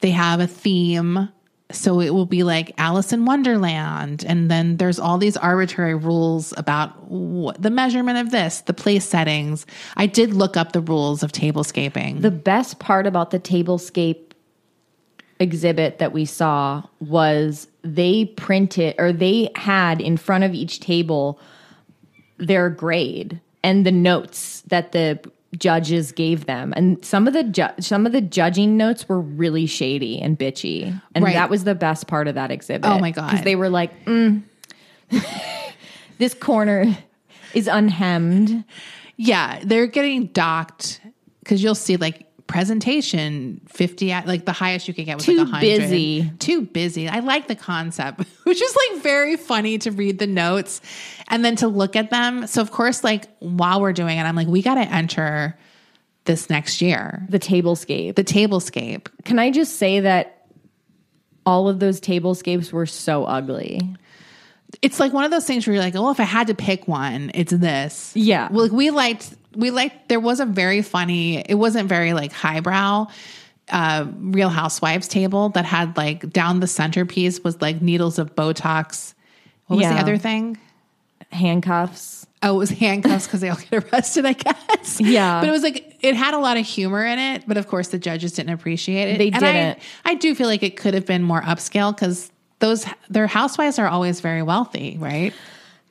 Speaker 3: They have a theme. So it will be like Alice in Wonderland. And then there's all these arbitrary rules about what, the measurement of this, the place settings. I did look up the rules of tablescaping.
Speaker 1: The best part about the tablescape exhibit that we saw was they printed or they had in front of each table their grade and the notes that the judges gave them and some of the ju- some of the judging notes were really shady and bitchy and
Speaker 3: Right.
Speaker 1: that was the best part of that exhibit
Speaker 3: Oh my God.
Speaker 1: because they were like mm, this corner is unhemmed.
Speaker 3: Yeah, they're getting docked because you'll see like presentation 50 at like the highest you can get was
Speaker 1: Too
Speaker 3: like 100
Speaker 1: busy.
Speaker 3: too busy i like the concept which is like very funny to read the notes and then to look at them so of course like while we're doing it i'm like we got to enter this next year
Speaker 1: The tablescape.
Speaker 3: the tablescape
Speaker 1: Can I just say that all of those tablescapes were so ugly?
Speaker 3: it's like one of those things where you're like, oh, if I had to pick one, it's this.
Speaker 1: Yeah.
Speaker 3: Well, like we liked, we liked. There was a very funny. It wasn't very like highbrow. Uh, Real Housewives table that had like down the centerpiece was like needles of Botox. What was the
Speaker 1: Yeah.
Speaker 3: other thing?
Speaker 1: Handcuffs.
Speaker 3: Oh, it was handcuffs because they all get arrested, I guess.
Speaker 1: Yeah.
Speaker 3: But it was like, it had a lot of humor in it, but of course the judges didn't appreciate it.
Speaker 1: They
Speaker 3: and
Speaker 1: didn't.
Speaker 3: I, I do feel like it could have been more upscale because those, their housewives are always very wealthy, right?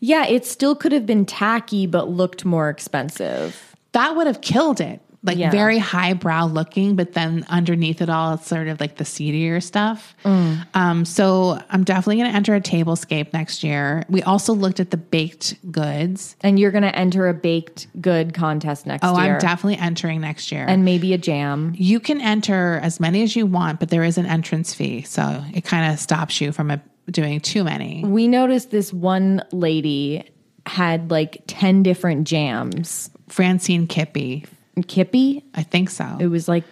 Speaker 1: Yeah, it still could have been tacky, but looked more expensive.
Speaker 3: that would have killed it. Like
Speaker 1: Yeah.
Speaker 3: very highbrow looking, but then underneath it all, it's sort of like the seedier stuff.
Speaker 1: Mm.
Speaker 3: Um, so I'm definitely going to enter a tablescape next year. We also looked at the baked goods.
Speaker 1: And you're going to enter a baked good contest next
Speaker 3: Oh,
Speaker 1: year.
Speaker 3: I'm definitely entering next year.
Speaker 1: and maybe a jam.
Speaker 3: you can enter as many as you want, but there is an entrance fee. So it kind of stops you from uh, doing too many.
Speaker 1: We noticed this one lady had like 10 different jams.
Speaker 3: Francine Kippy,
Speaker 1: Kippy,
Speaker 3: I think so.
Speaker 1: it was like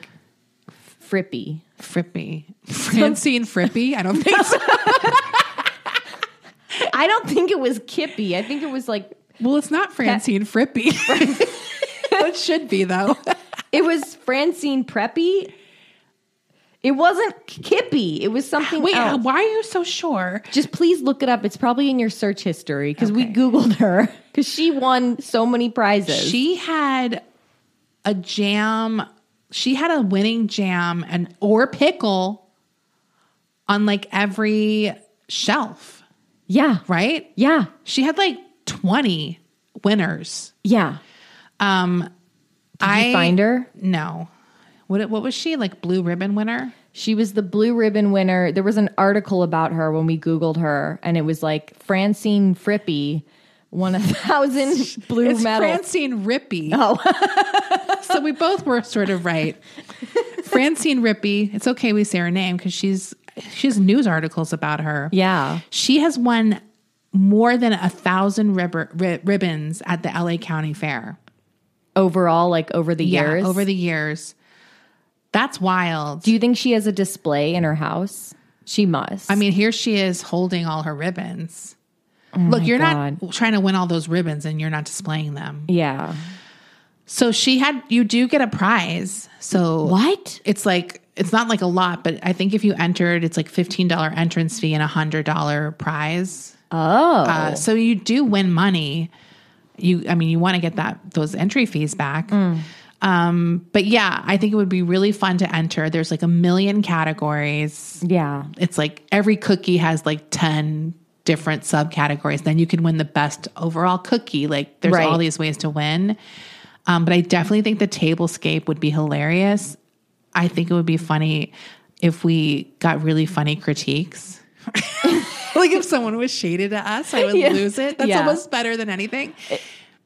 Speaker 1: frippy.
Speaker 3: Frippy. Francine Frippy? I don't think so.
Speaker 1: I don't think it was Kippy. I think it was like
Speaker 3: Well, it's not Francine Frippy. it should be though.
Speaker 1: it was Francine Preppy. It wasn't Kippy. It was something
Speaker 3: Wait,
Speaker 1: else.
Speaker 3: why are you so sure?
Speaker 1: Just please look it up. It's probably in your search history because we Googled her because she won so many prizes.
Speaker 3: She had a jam. She had a winning jam and or pickle on like every shelf,
Speaker 1: yeah.
Speaker 3: right?
Speaker 1: Yeah.
Speaker 3: She had like 20 winners.
Speaker 1: Yeah.
Speaker 3: Um
Speaker 1: Did
Speaker 3: I
Speaker 1: you find her?
Speaker 3: No. What what was she? Like blue ribbon winner?
Speaker 1: She was the blue ribbon winner. There was an article about her when we Googled her, and it was like Francine Frippy won a thousand blue
Speaker 3: it's
Speaker 1: medals.
Speaker 3: Francine Rippy. Oh. so we both were sort of right. Francine Rippy. It's okay we say her name because she's she has news articles about her.
Speaker 1: Yeah.
Speaker 3: She has won more than a thousand ribber, ri- ribbons at the LA County Fair.
Speaker 1: Overall, like over the years.
Speaker 3: Yeah, over the years. That's wild.
Speaker 1: Do you think she has a display in her house? She must.
Speaker 3: I mean, here she is holding all her ribbons.
Speaker 1: Oh
Speaker 3: Look, you're not trying to win all those ribbons and you're not displaying them.
Speaker 1: yeah.
Speaker 3: So she had you do get a prize. So
Speaker 1: What?
Speaker 3: It's like it's not like a lot, but I think if you entered, it's like fifteen dollar entrance fee and a hundred dollar prize.
Speaker 1: Oh.
Speaker 3: Uh, so you do win money. You, I mean, you want to get that those entry fees back. Um, but yeah, I think it would be really fun to enter. There's like a million categories.
Speaker 1: yeah.
Speaker 3: It's like every cookie has like ten different subcategories. Then you can win the best overall cookie. Like there's
Speaker 1: Right.
Speaker 3: all these ways to win. Um, but I definitely think the tablescape would be hilarious. I think it would be funny if we got really funny critiques. like if someone was shaded at us, I would lose it. That's
Speaker 1: Yeah.
Speaker 3: almost better than anything.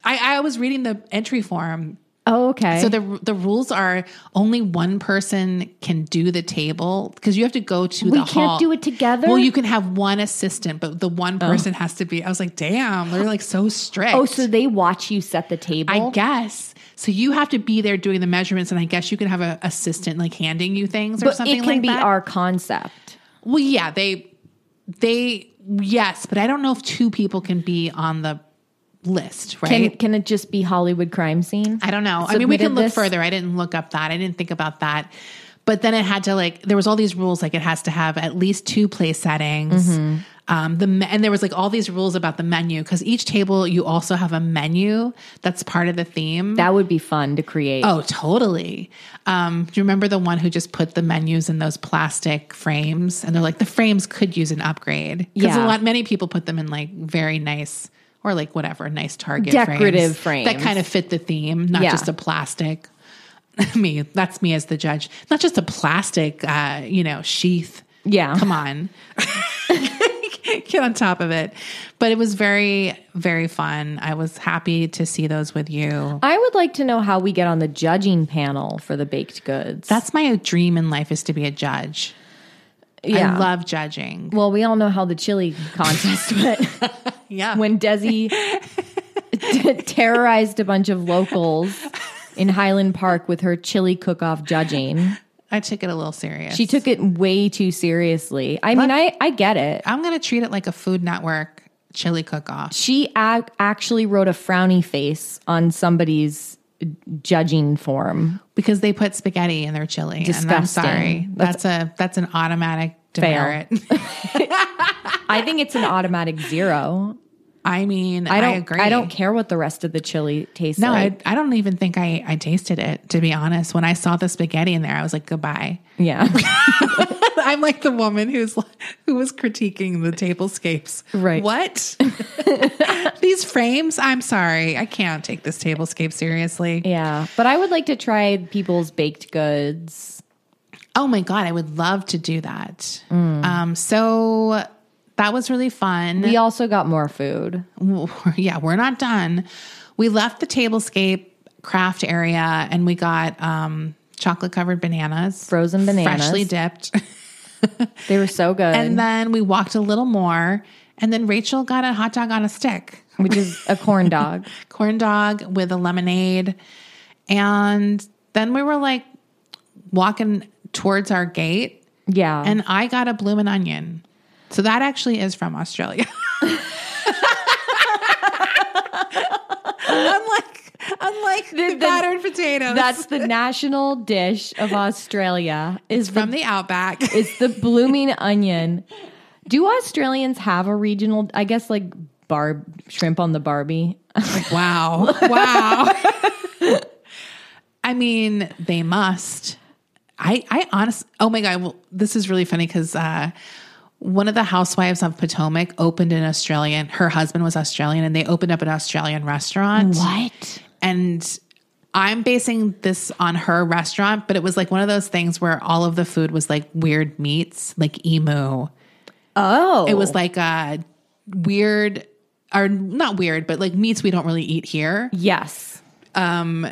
Speaker 3: I, I was reading the entry form.
Speaker 1: Oh, okay.
Speaker 3: So the the rules are only one person can do the table because you have to go to
Speaker 1: We
Speaker 3: the
Speaker 1: can't
Speaker 3: hall.
Speaker 1: do it together?
Speaker 3: Well, you can have one assistant, but the one person has to be. I was like, damn, they're like so strict.
Speaker 1: oh, so they watch you set the table.
Speaker 3: I guess. So you have to be there doing the measurements, and I guess you can have a assistant like handing you things or
Speaker 1: but
Speaker 3: something
Speaker 1: it can
Speaker 3: like
Speaker 1: be
Speaker 3: that.
Speaker 1: our concept.
Speaker 3: well, yeah, they they yes, but I don't know if two people can be on the list,
Speaker 1: Can
Speaker 3: right?
Speaker 1: can it just be Hollywood crime scene?
Speaker 3: I don't know. I mean, we
Speaker 1: Mm-hmm.
Speaker 3: can
Speaker 1: Submitted
Speaker 3: look
Speaker 1: this?
Speaker 3: further. I didn't look up that. I didn't think about that. But then it had to like there was all these rules like it has to have at least two play settings.
Speaker 1: Mm-hmm.
Speaker 3: Um, the me- and there was like all these rules about the menu because each table you also have a menu that's part of the theme.
Speaker 1: That would be fun to create.
Speaker 3: Oh, totally. Um, do you remember the one who just put the menus in those plastic frames? And they're like, the frames could use an upgrade. Because
Speaker 1: Yeah.
Speaker 3: a lot, many people put them in like very nice or like whatever, nice Target
Speaker 1: Decorative
Speaker 3: That
Speaker 1: frames.
Speaker 3: kind of fit the theme, not
Speaker 1: Yeah.
Speaker 3: just a plastic. me, that's me as the judge. Not just a plastic, uh, you know, sheath.
Speaker 1: Yeah.
Speaker 3: Come on. get on top of it. But it was very, very fun. I was happy to see those with you.
Speaker 1: I would like to know how we get on the judging panel for the baked goods.
Speaker 3: That's my dream in life is to be a judge.
Speaker 1: yeah.
Speaker 3: I love judging.
Speaker 1: well, we all know how the chili contest went
Speaker 3: Yeah.
Speaker 1: when Desi t- terrorized a bunch of locals in Highland Park with her chili cook-off judging.
Speaker 3: I took it a little serious.
Speaker 1: She took it way too seriously. I mean, I I get it.
Speaker 3: I'm going to treat it like a Food Network chili cook off.
Speaker 1: She ac- actually wrote a frowny face on somebody's judging form.
Speaker 3: because they put spaghetti in their chili. And I'm
Speaker 1: Disgusting.
Speaker 3: sorry. That's, a that's an automatic demerit.
Speaker 1: I think it's an automatic zero.
Speaker 3: I mean,
Speaker 1: I don't
Speaker 3: agree.
Speaker 1: I don't care what the rest of the chili tastes
Speaker 3: No,
Speaker 1: like.
Speaker 3: I, I don't even think I, I tasted it, to be honest. When I saw the spaghetti in there, I was like, goodbye.
Speaker 1: yeah.
Speaker 3: I'm like the woman who's who was critiquing the tablescapes.
Speaker 1: Right.
Speaker 3: What? These frames? I'm sorry. I can't take this tablescape seriously.
Speaker 1: yeah. But I would like to try people's baked goods.
Speaker 3: Oh my god, I would love to do that. Um so that was really fun.
Speaker 1: Mm. We also got more food.
Speaker 3: yeah, we're not done. We left the tablescape craft area and we got um chocolate covered bananas.
Speaker 1: Frozen bananas.
Speaker 3: Freshly dipped.
Speaker 1: They were so good.
Speaker 3: And then we walked a little more. And then Rachel got a hot dog on a stick,
Speaker 1: which is a corn dog.
Speaker 3: corn dog with a lemonade. And then we were like walking towards our gate.
Speaker 1: Yeah.
Speaker 3: And I got a bloomin' onion. So that actually is from Australia. unlike unlike the, battered potatoes.
Speaker 1: that's the national dish of Australia is
Speaker 3: from the outback.
Speaker 1: It's the blooming onion. Do Australians have a regional? I guess like barb shrimp on the Barbie.
Speaker 3: Wow. Wow. I mean, they must. I, I honestly, oh my God, well, this is really funny because uh, one of the housewives of Potomac opened an Australian, her husband was Australian, and they opened up an Australian restaurant.
Speaker 1: What?
Speaker 3: And I'm basing this on her restaurant, but it was like one of those things where all of the food was like weird meats, like emu.
Speaker 1: Oh,
Speaker 3: It was like a weird, or not weird, but like meats we don't really eat here.
Speaker 1: yes.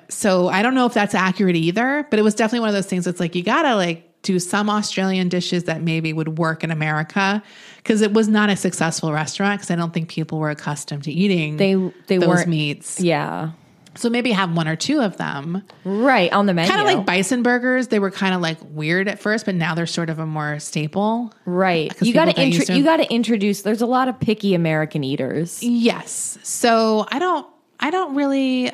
Speaker 3: So I don't know if that's accurate either, but it was definitely one of those things that's like you gotta like do some Australian dishes that maybe would work in America because it was not a successful restaurant because I don't think people were accustomed to eating
Speaker 1: They they
Speaker 3: those
Speaker 1: weren't.
Speaker 3: meats.
Speaker 1: Yeah,
Speaker 3: So maybe have one or two of them.
Speaker 1: right on the menu.
Speaker 3: Kind of like bison burgers. They were kind of like weird at first, but now they're sort of a more staple.
Speaker 1: right.
Speaker 3: 'cause
Speaker 1: You
Speaker 3: people
Speaker 1: got
Speaker 3: got used to
Speaker 1: to
Speaker 3: them.
Speaker 1: you got to introduce. There's a lot of picky American eaters.
Speaker 3: Yes. So I don't I don't really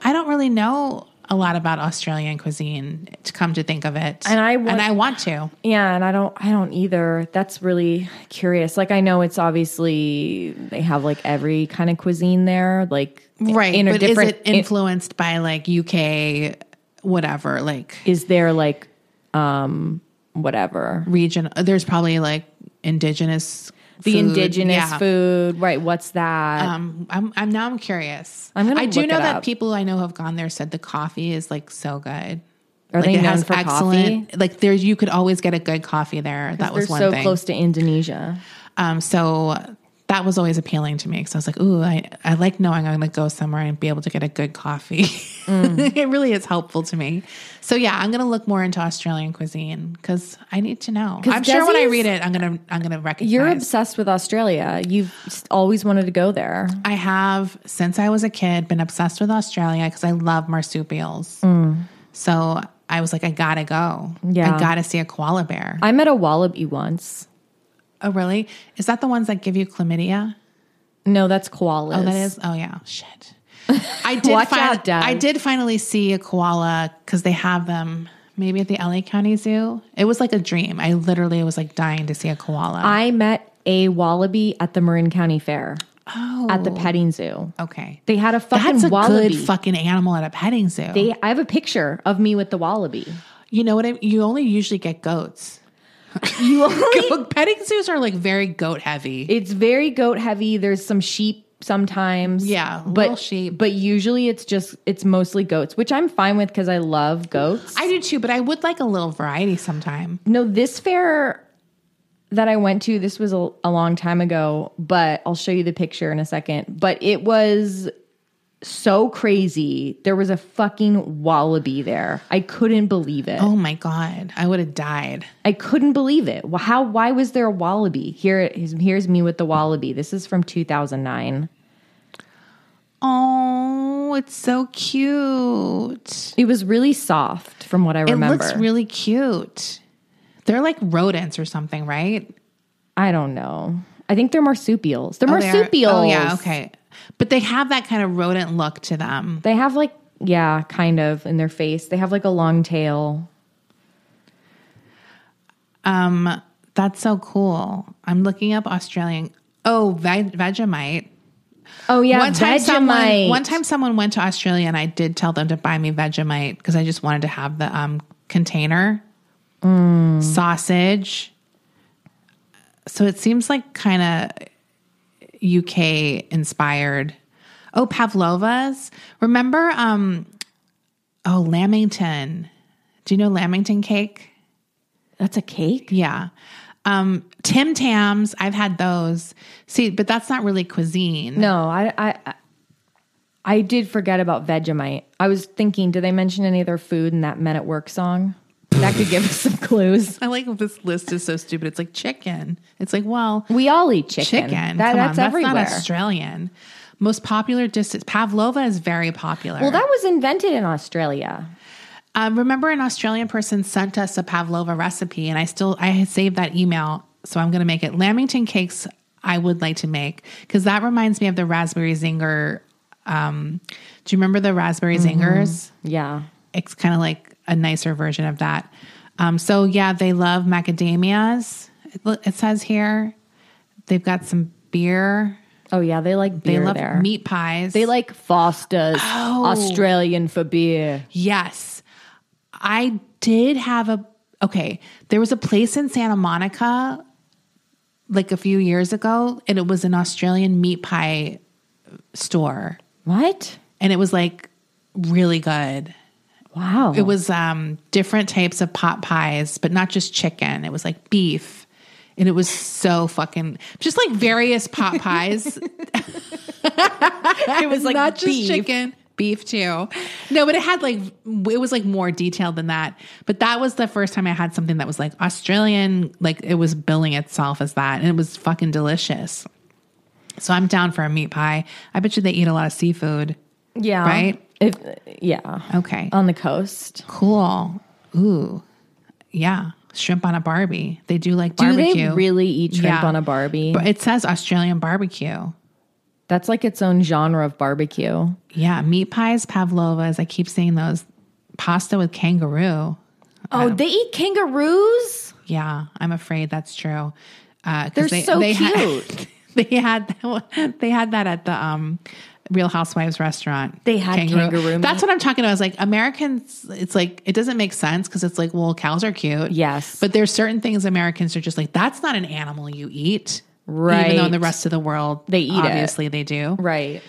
Speaker 3: I don't really know a lot about Australian cuisine to come to think of it.
Speaker 1: And I want-
Speaker 3: and I want to.
Speaker 1: Yeah, and I don't I don't either. That's really curious. Like I know it's obviously they have like every kind of cuisine there, like
Speaker 3: right
Speaker 1: in a
Speaker 3: but
Speaker 1: different
Speaker 3: is it influenced by like uk whatever like
Speaker 1: is there like um whatever
Speaker 3: region there's probably like indigenous
Speaker 1: the
Speaker 3: food.
Speaker 1: indigenous
Speaker 3: Yeah.
Speaker 1: food right what's that
Speaker 3: um i'm, I'm now i'm curious
Speaker 1: I'm gonna
Speaker 3: i do
Speaker 1: look
Speaker 3: know
Speaker 1: it
Speaker 3: that
Speaker 1: up.
Speaker 3: people i know who have gone there said the coffee is like so good
Speaker 1: Are
Speaker 3: like
Speaker 1: they
Speaker 3: it
Speaker 1: known
Speaker 3: has
Speaker 1: for
Speaker 3: excellent like there's you could always get a good coffee there that was
Speaker 1: they're
Speaker 3: one
Speaker 1: so
Speaker 3: thing
Speaker 1: close to indonesia
Speaker 3: um so that was always appealing to me because I was like, ooh, I, I like knowing I'm going to go somewhere and be able to get a good coffee.
Speaker 1: Mm.
Speaker 3: it really is helpful to me. So yeah, I'm going to look more into Australian cuisine because I need to know. I'm sure when I
Speaker 1: Desi's-
Speaker 3: read it, I'm going to I'm going to recognize.
Speaker 1: you're obsessed with australia you've s- always wanted to go there
Speaker 3: I have since I was a kid been obsessed with Australia because I love marsupials. So I was like, I gotta go.
Speaker 1: Mm. Yeah.
Speaker 3: I gotta see a koala bear.
Speaker 1: i met a wallaby once
Speaker 3: oh, really? Is that the ones that give you chlamydia?
Speaker 1: no that's koalas
Speaker 3: Oh, that is. Oh, yeah. Shit. I did.
Speaker 1: Watch
Speaker 3: fin-
Speaker 1: out, Dad.
Speaker 3: I did finally see a koala because they have them. Maybe at the LA County Zoo. It was like a dream. I literally was like dying to see a koala.
Speaker 1: i met a wallaby at the marin county fair oh. at the petting zoo
Speaker 3: okay.
Speaker 1: they had a fucking
Speaker 3: That's a
Speaker 1: wallaby
Speaker 3: good fucking animal at a petting zoo.
Speaker 1: they, i have a picture of me with the wallaby
Speaker 3: you know what? I, you only usually get goats.
Speaker 1: you only
Speaker 3: Goat- petting zoos are like very goat heavy.
Speaker 1: It's very goat heavy. There's some sheep sometimes.
Speaker 3: Yeah,
Speaker 1: but
Speaker 3: little sheep.
Speaker 1: But usually it's just it's mostly goats, which I'm fine with because I love goats.
Speaker 3: I do too, but I would like a little variety sometime.
Speaker 1: no, this fair that I went to, this was a, a long time ago, but I'll show you the picture in a second. But it was so crazy. There was a fucking wallaby there. I couldn't believe it.
Speaker 3: Oh my God. I would have died.
Speaker 1: I couldn't believe it. Wh- How? Why was there a wallaby? Here, here's me with the wallaby. This is from 2009.
Speaker 3: Oh, it's so cute.
Speaker 1: It was really soft, from what I remember.
Speaker 3: It looks really cute. They're like rodents or something, right?
Speaker 1: I don't know. I think they're marsupials. They're
Speaker 3: They are-
Speaker 1: marsupials.
Speaker 3: Oh, yeah. Okay. But they have that kind of rodent look to them.
Speaker 1: They have like yeah, kind of in their face. They have like a long tail.
Speaker 3: Um, that's so cool. I'm looking up Australian. Oh, Ve- Vegemite.
Speaker 1: Oh yeah,
Speaker 3: one time, someone,
Speaker 1: Vegemite.
Speaker 3: one time someone went to Australia and I did tell them to buy me Vegemite because I just wanted to have the um, container
Speaker 1: Mm.
Speaker 3: sausage. So it seems like kind of UK inspired. Oh, Pavlovas. Remember, um, oh, Lamington. Do you know Lamington cake?
Speaker 1: That's a cake.
Speaker 3: Yeah. Um, Tim Tams, I've had those. See, but that's not really cuisine.
Speaker 1: No, I I I- I did forget about Vegemite. I was thinking, did they mention any other food in that Men at Work song? That could give us some clues.
Speaker 3: I like how this list is so stupid. It's like chicken. It's like, well,
Speaker 1: We all eat chicken.
Speaker 3: chicken.
Speaker 1: That-
Speaker 3: Come on,
Speaker 1: that's
Speaker 3: that's
Speaker 1: everywhere.
Speaker 3: not Australian. Most popular distance. Pavlova is very popular.
Speaker 1: well, that was invented in Australia.
Speaker 3: um, remember an Australian person sent us a Pavlova recipe, and I still I had saved that email, so I'm going to make it. Lamington cakes I would like to make because that reminds me of the raspberry zinger. Um, do you remember the raspberry
Speaker 1: Mm-hmm.
Speaker 3: zingers?
Speaker 1: Yeah.
Speaker 3: It's kind of like a nicer version of that. Um, so yeah, they love macadamias. It, lo- it says here they've got some beer.
Speaker 1: Oh yeah, they like
Speaker 3: They
Speaker 1: beer
Speaker 3: love
Speaker 1: there.
Speaker 3: meat pies.
Speaker 1: They like Foster's Australian for beer.
Speaker 3: yes. I did have a okay. There was a place in Santa Monica like a few years ago, and it was an Australian meat pie store,
Speaker 1: What?
Speaker 3: and it was like really good.
Speaker 1: Wow.
Speaker 3: It was um, different types of pot pies, but not just chicken. It was like beef. And it was so fucking just like various pot pies.
Speaker 1: it was like
Speaker 3: not just chicken, beef too. No, but it had like it was like more detailed than that. But that was the first time I had something that was like Australian, like it was billing itself as that, and it was fucking delicious. So I'm down for a meat pie. I bet you they eat a lot of seafood.
Speaker 1: Yeah.
Speaker 3: Right?
Speaker 1: If, yeah.
Speaker 3: Okay,
Speaker 1: On the coast.
Speaker 3: cool. Ooh, yeah, shrimp on a Barbie. They do like
Speaker 1: Do
Speaker 3: barbecue.
Speaker 1: they really eat shrimp
Speaker 3: Yeah.
Speaker 1: on a Barbie?
Speaker 3: But it says Australian barbecue.
Speaker 1: That's like its own genre of barbecue.
Speaker 3: Yeah, meat pies, pavlovas. I keep seeing those. Pasta with kangaroo.
Speaker 1: Oh, they eat kangaroos?
Speaker 3: Yeah, I'm afraid that's true. Uh, 'cause
Speaker 1: They're so
Speaker 3: Had, they had that one- they had that at the um, Real Housewives restaurant.
Speaker 1: They had kangaroo
Speaker 3: That's what I'm talking about. I was like Americans. It's like it doesn't make sense because it's like well cows are cute.
Speaker 1: Yes.
Speaker 3: but there's certain things Americans are just like that's not an animal you eat. Even though
Speaker 1: Right.
Speaker 3: in the rest of the world
Speaker 1: They eat it.
Speaker 3: obviously they do.
Speaker 1: Right.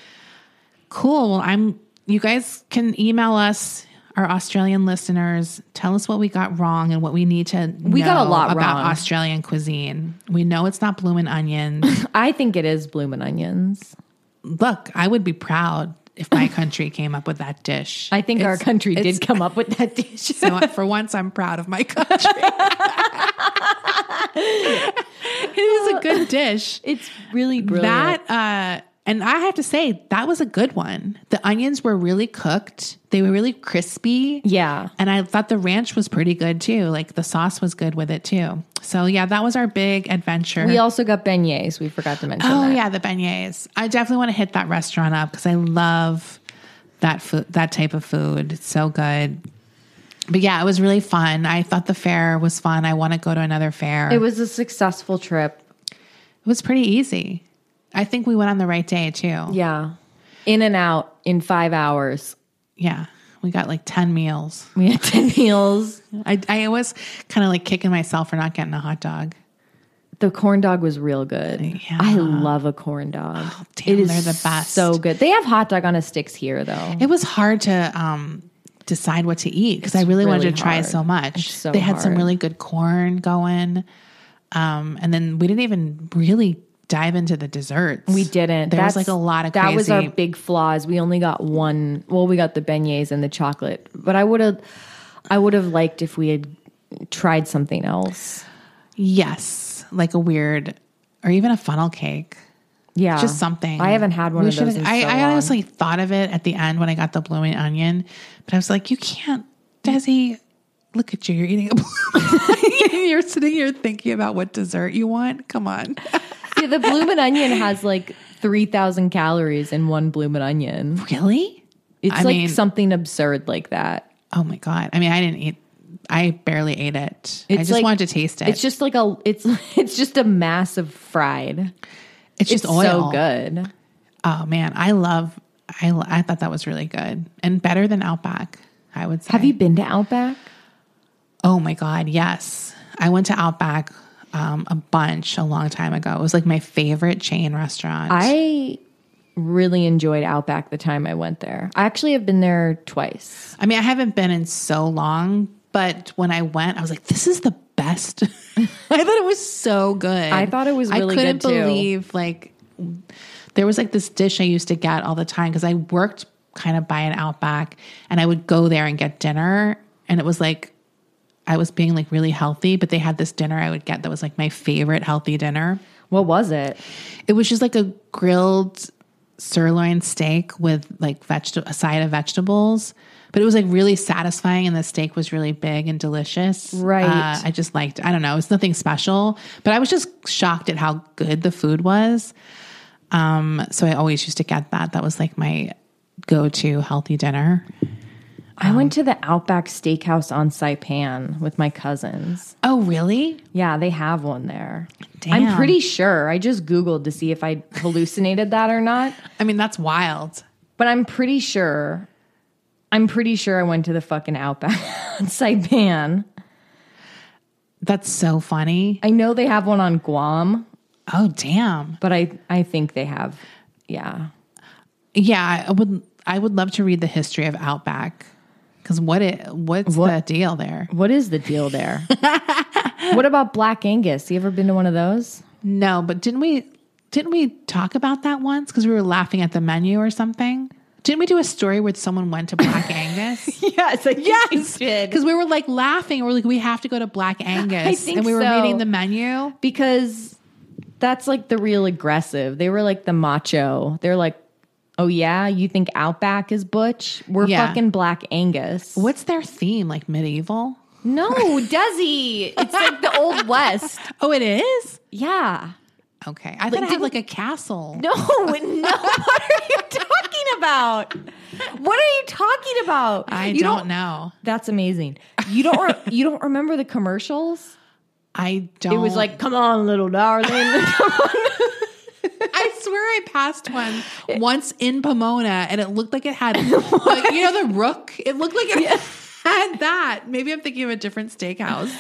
Speaker 3: Cool. Well, I'm. You guys can email us. Our Australian listeners, tell us what we got wrong and what we need to
Speaker 1: We got a
Speaker 3: know
Speaker 1: lot
Speaker 3: about
Speaker 1: wrong.
Speaker 3: Australian cuisine. We know it's not bloomin' onions.
Speaker 1: I think it is bloomin' onions.
Speaker 3: Look, I would be proud if my country came up with that dish.
Speaker 1: I think our
Speaker 3: It's-
Speaker 1: country
Speaker 3: it's-
Speaker 1: did come up with that dish.
Speaker 3: so uh, for once, I'm proud of my country. it is a good dish.
Speaker 1: it's really brilliant.
Speaker 3: That uh and I have to say that was a good one. The onions were really cooked. They were really crispy.
Speaker 1: Yeah.
Speaker 3: And I thought the ranch was pretty good too. Like the sauce was good with it too. So yeah, that was our big adventure.
Speaker 1: we also got beignets. We forgot to mention
Speaker 3: oh
Speaker 1: that.
Speaker 3: yeah, the beignets. I definitely want to hit that restaurant up because I love that food that type of food. It's so good. But yeah, it was really fun. I thought the fair was fun. I want to go to another fair.
Speaker 1: It was a successful trip.
Speaker 3: it was pretty easy. I think we went on the right day too.
Speaker 1: Yeah. In and out in five hours.
Speaker 3: Yeah. We got like 10 meals.
Speaker 1: We had 10 meals.
Speaker 3: I, I was kind of like kicking myself for not getting a hot dog.
Speaker 1: The corn dog was real good. I love a corn dog.
Speaker 3: damn,
Speaker 1: it is
Speaker 3: Oh, they're the best.
Speaker 1: So good. They have hot dog on a sticks here though.
Speaker 3: It was hard to um, decide what to eat because I really, wanted
Speaker 1: really
Speaker 3: to try
Speaker 1: hard.
Speaker 3: so much.
Speaker 1: It's so
Speaker 3: they had some
Speaker 1: hard.
Speaker 3: really good corn going. Um, and then we didn't even really dive into the desserts.
Speaker 1: We didn't.
Speaker 3: There was like a lot of crazy.
Speaker 1: That was our big flaws. We only got one. Well, we got the beignets and the chocolate, but I would have, I would have liked if we had tried something else.
Speaker 3: yes, like a weird or even a funnel cake.
Speaker 1: Yeah,
Speaker 3: Just something.
Speaker 1: I haven't had one
Speaker 3: We
Speaker 1: of those.
Speaker 3: should've-
Speaker 1: in
Speaker 3: I,
Speaker 1: so
Speaker 3: I
Speaker 1: long.
Speaker 3: honestly thought of it at the end when I got the blooming onion, but I was like, you can't, Desi. Look at you. You're eating a blooming onion. You're sitting here thinking about what dessert you want. Come on.
Speaker 1: Yeah, the bloomin' onion has like three thousand calories in one bloomin' onion.
Speaker 3: Really?
Speaker 1: It's
Speaker 3: I
Speaker 1: like
Speaker 3: mean-
Speaker 1: something absurd like that.
Speaker 3: Oh my god! I mean, I didn't eat. I barely ate it. I
Speaker 1: It's
Speaker 3: just
Speaker 1: like-
Speaker 3: wanted to taste it.
Speaker 1: It's just like a. It's it's just a massive fried.
Speaker 3: it's
Speaker 1: It's
Speaker 3: just oil.
Speaker 1: so good.
Speaker 3: Oh man, I love. I lo- I thought that was really good and better than Outback. I would say.
Speaker 1: Have you been to Outback?
Speaker 3: Oh my god, yes. I went to Outback um, a bunch a long time ago. It was like my favorite chain restaurant.
Speaker 1: I really enjoyed Outback the time I went there. I actually have been there twice.
Speaker 3: I mean, I haven't been in so long, but when I went, I was like, this is the best. I thought it was so good.
Speaker 1: I thought it was really
Speaker 3: I couldn't
Speaker 1: good, too.
Speaker 3: believe like there was like this dish I used to get all the time because I worked kind of by an outback and I would go there and get dinner and it was like I was being like really healthy, but they had this dinner I would get that was like my favorite healthy dinner.
Speaker 1: What was it?
Speaker 3: It was just like a grilled sirloin steak with like vegeta- a side of vegetables, but it was like really satisfying, and the steak was really big and delicious.
Speaker 1: Right.
Speaker 3: Uh, I just liked. I don't know. It's nothing special, but I was just shocked at how good the food was. Um, so I always used to get that. That was like my go-to healthy dinner.
Speaker 1: I went to the Outback Steakhouse on Saipan with my cousins.
Speaker 3: Oh, really?
Speaker 1: Yeah, they have one there.
Speaker 3: Damn.
Speaker 1: I'm pretty sure. I just Googled to see if I hallucinated that or not,
Speaker 3: I mean, that's wild.
Speaker 1: but I'm pretty sure. I'm pretty sure I went to the fucking Outback on Saipan.
Speaker 3: That's so funny.
Speaker 1: I know they have one on Guam,
Speaker 3: Oh, damn.
Speaker 1: but I, I think they have, yeah.
Speaker 3: Yeah, I would. I would love to read the history of Outback because what it what's the deal there?
Speaker 1: What is the deal there? what about Black Angus? You ever been to one of those?
Speaker 3: No, but didn't we didn't we talk about that once because we were laughing at the menu or something? Didn't we do a story where someone went to Black Angus?
Speaker 1: Yes, I yes, did.
Speaker 3: Because we were like laughing, we're like, we have to go to Black Angus,
Speaker 1: think
Speaker 3: and we were
Speaker 1: so.
Speaker 3: reading the menu.
Speaker 1: because that's like the real aggressive. They were like the macho. They're like, oh yeah, you think Outback is butch? We're
Speaker 3: Yeah.
Speaker 1: fucking Black Angus.
Speaker 3: What's their theme? Like medieval?
Speaker 1: No, Desi. It's like the old west.
Speaker 3: Oh, it is.
Speaker 1: Yeah.
Speaker 3: Okay, I thought it had like a castle.
Speaker 1: No, no. What are you talking about? What are you talking about?
Speaker 3: I
Speaker 1: You
Speaker 3: don't know.
Speaker 1: That's amazing. You don't re- you don't remember the commercials?
Speaker 3: I don't.
Speaker 1: It was like, come on, little darling.
Speaker 3: I swear I passed one once in Pomona and it looked like it had, like, you know, the rook. It looked like it had that. Maybe I'm thinking of a different steakhouse.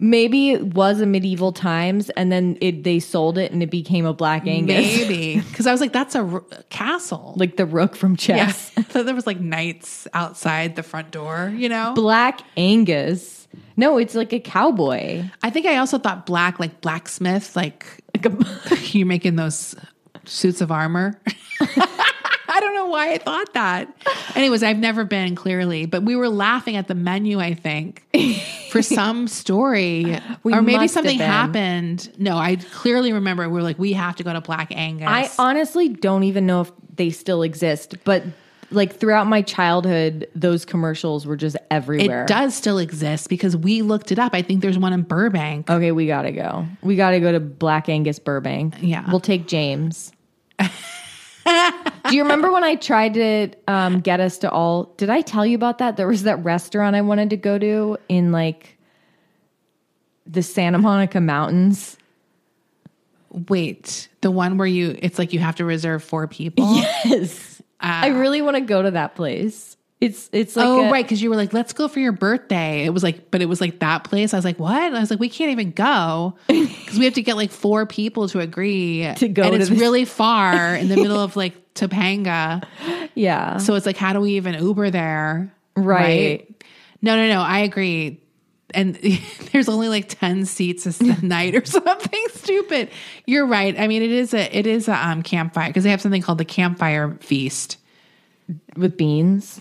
Speaker 1: Maybe it was a medieval times, and then it, they sold it, and it became a Black Angus,
Speaker 3: Maybe. Because I was like, that's a ro- castle.
Speaker 1: like the Rook from Chess.
Speaker 3: yes. I thought there was like knights outside the front door, you know?
Speaker 1: Black Angus. No, it's like a cowboy.
Speaker 3: I think I also thought black, like blacksmith, like you're making those suits of armor. I don't know why I thought that. Anyways, I've never been clearly, but we were laughing at the menu, I think, for some story.
Speaker 1: We
Speaker 3: or maybe
Speaker 1: must have
Speaker 3: something
Speaker 1: been.
Speaker 3: happened. No, I clearly remember we were like, we have to go to Black Angus.
Speaker 1: I honestly don't even know if they still exist, but like throughout my childhood, those commercials were just
Speaker 3: it
Speaker 1: everywhere.
Speaker 3: does still exist because we looked it up. I think there's one in Burbank.
Speaker 1: Okay, we gotta go. We gotta go to Black Angus Burbank.
Speaker 3: Yeah.
Speaker 1: We'll take James. Do you remember when I tried to um, get us to all? Did I tell you about that? There was that restaurant I wanted to go to in like the Santa Monica Mountains.
Speaker 3: Wait, the one where you, it's like you have to reserve four people.
Speaker 1: Yes. I really want to go to that place. It's it's like
Speaker 3: oh
Speaker 1: a-
Speaker 3: right, because you were like, "Let's go for your birthday." It was like, but it was like that place. I was like, "What?" I was like, "We can't even go because we have to get like four people to agree
Speaker 1: To go
Speaker 3: and
Speaker 1: to
Speaker 3: it's
Speaker 1: this-
Speaker 3: really far in the middle of like Topanga.
Speaker 1: yeah
Speaker 3: So it's like, how do we even Uber there?
Speaker 1: Right.
Speaker 3: No, no, no. I agree. and there's only like 10 seats a night or something stupid. You're right. I mean, it is a it is a um, campfire because they have something called the campfire feast.
Speaker 1: with beans.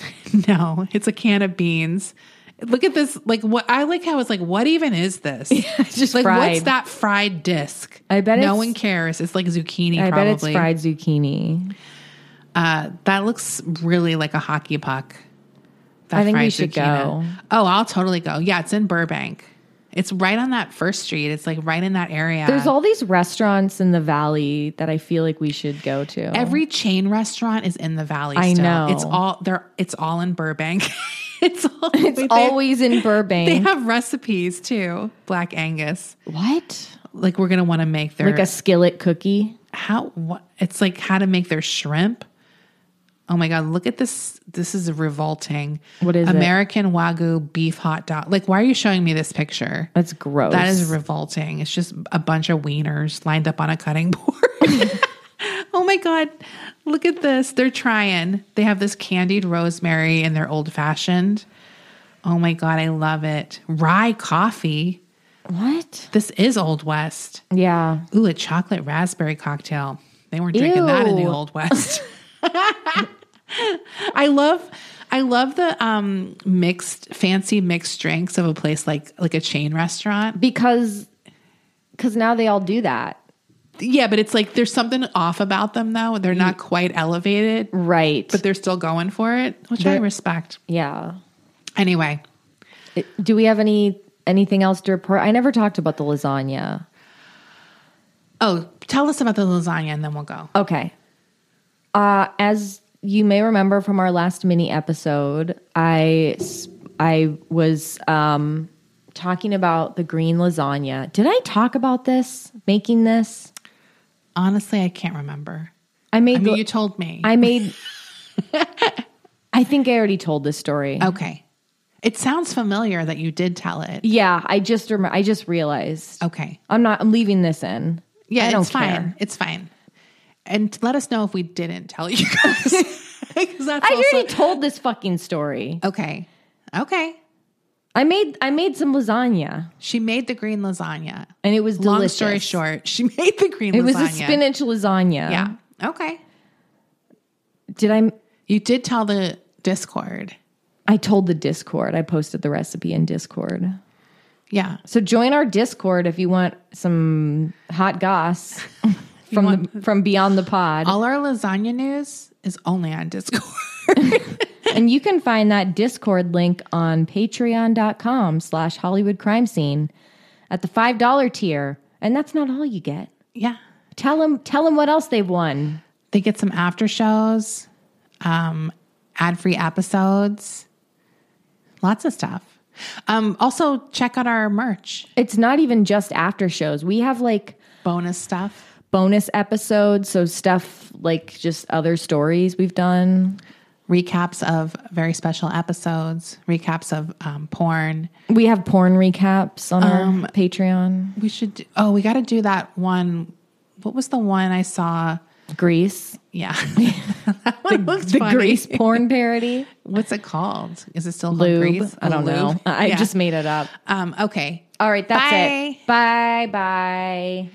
Speaker 3: No, it's a can of beans. Look at this. Like what I like how it's like, what even is this?
Speaker 1: just
Speaker 3: like what's
Speaker 1: fried.
Speaker 3: that fried disc?
Speaker 1: I bet
Speaker 3: no
Speaker 1: it's-
Speaker 3: one cares. It's like zucchini.
Speaker 1: I bet
Speaker 3: probably.
Speaker 1: it's fried zucchini.
Speaker 3: Uh, that looks really like a hockey puck. That
Speaker 1: I think we
Speaker 3: fried
Speaker 1: should
Speaker 3: zucchini.
Speaker 1: go.
Speaker 3: Oh, I'll totally go. Yeah, it's in Burbank. It's right on that first street. It's like right in that area.
Speaker 1: There's all these restaurants in the valley that I feel like we should go to.
Speaker 3: Every chain restaurant is in the valley.
Speaker 1: I
Speaker 3: still.
Speaker 1: know.
Speaker 3: It's all they're. It's all in Burbank. it's all,
Speaker 1: it's
Speaker 3: they-
Speaker 1: always in Burbank.
Speaker 3: They have recipes too. Black Angus.
Speaker 1: what?
Speaker 3: Like we're gonna want to make their
Speaker 1: Like a skillet cookie?
Speaker 3: how. What, it's like how to make their shrimp. Oh my god! Look at this. This is revolting.
Speaker 1: What is it?
Speaker 3: American Wagyu beef hot dog? Like why are you showing me this picture?
Speaker 1: That's gross.
Speaker 3: That is revolting. It's just a bunch of wieners lined up on a cutting board. oh my God. Look at this. They're trying. They have this candied rosemary and they're old fashioned. Oh my God. I love it. Rye coffee.
Speaker 1: what?
Speaker 3: This is Old West.
Speaker 1: Yeah.
Speaker 3: Ooh, a chocolate raspberry cocktail. They weren't drinking that in the
Speaker 1: Ew.
Speaker 3: old west. I love I love the um mixed fancy mixed drinks of a place like like a chain restaurant.
Speaker 1: Because cause now they all do that.
Speaker 3: Yeah, but it's like there's something off about them though. They're not quite elevated,
Speaker 1: Right.
Speaker 3: but they're still going for it, which I respect.
Speaker 1: yeah.
Speaker 3: Anyway,
Speaker 1: It- do we have any anything else to report? I never talked about the lasagna.
Speaker 3: oh, tell us about the lasagna and then we'll go.
Speaker 1: Okay. Uh, as you may remember from our last mini episode, I s- I was um, talking about the green lasagna. Did I talk about this? Making this?
Speaker 3: Honestly, I can't remember.
Speaker 1: I made.
Speaker 3: I mean,
Speaker 1: la-
Speaker 3: you told me.
Speaker 1: I made. I think I already told this story.
Speaker 3: okay. It sounds familiar that you did tell it.
Speaker 1: Yeah, I just rem- I just realized.
Speaker 3: Okay.
Speaker 1: I'm not. I'm leaving this in.
Speaker 3: Yeah,
Speaker 1: I don't
Speaker 3: it's fine.
Speaker 1: care.
Speaker 3: It's fine. And let us know if we didn't tell you guys. 'Cause that's
Speaker 1: I
Speaker 3: also-
Speaker 1: already told this fucking story.
Speaker 3: okay. Okay.
Speaker 1: I made I made some lasagna
Speaker 3: She made the green lasagna.
Speaker 1: and it was
Speaker 3: Long
Speaker 1: delicious.
Speaker 3: story short, she made the green
Speaker 1: it
Speaker 3: lasagna.
Speaker 1: was a spinach lasagna.
Speaker 3: Yeah. Okay.
Speaker 1: Did I?
Speaker 3: You did tell the Discord.
Speaker 1: I told the Discord. I posted the recipe in Discord.
Speaker 3: Yeah.
Speaker 1: So join our Discord if you want some hot goss from the, from beyond the pod,
Speaker 3: All our lasagna news is only on Discord.
Speaker 1: and you can find that Discord link on Patreon.com/slash Hollywood Crime Scene at the five dollar tier, and that's not all you get.
Speaker 3: yeah.
Speaker 1: Tell them tell them what else they've won.
Speaker 3: They get some after shows, um, ad free episodes, lots of stuff. Um, also, check out our merch,
Speaker 1: It's not even just after shows. We have like
Speaker 3: bonus stuff.
Speaker 1: bonus episodes, so stuff like just other stories we've done.
Speaker 3: recaps of very special episodes, recaps of um, porn.
Speaker 1: We have porn recaps on our Patreon.
Speaker 3: We should. Do, oh, we got to do that one. What was the one I saw?
Speaker 1: Grease.
Speaker 3: Yeah, that one looks
Speaker 1: The
Speaker 3: funny.
Speaker 1: Grease porn parody.
Speaker 3: What's it called? Is it still called
Speaker 1: Lube.
Speaker 3: Grease?
Speaker 1: I
Speaker 3: Oh,
Speaker 1: don't know.
Speaker 3: lube.
Speaker 1: I
Speaker 3: Yeah.
Speaker 1: just made it up.
Speaker 3: Um, okay.
Speaker 1: All right, that's
Speaker 3: Bye.
Speaker 1: it. Bye bye.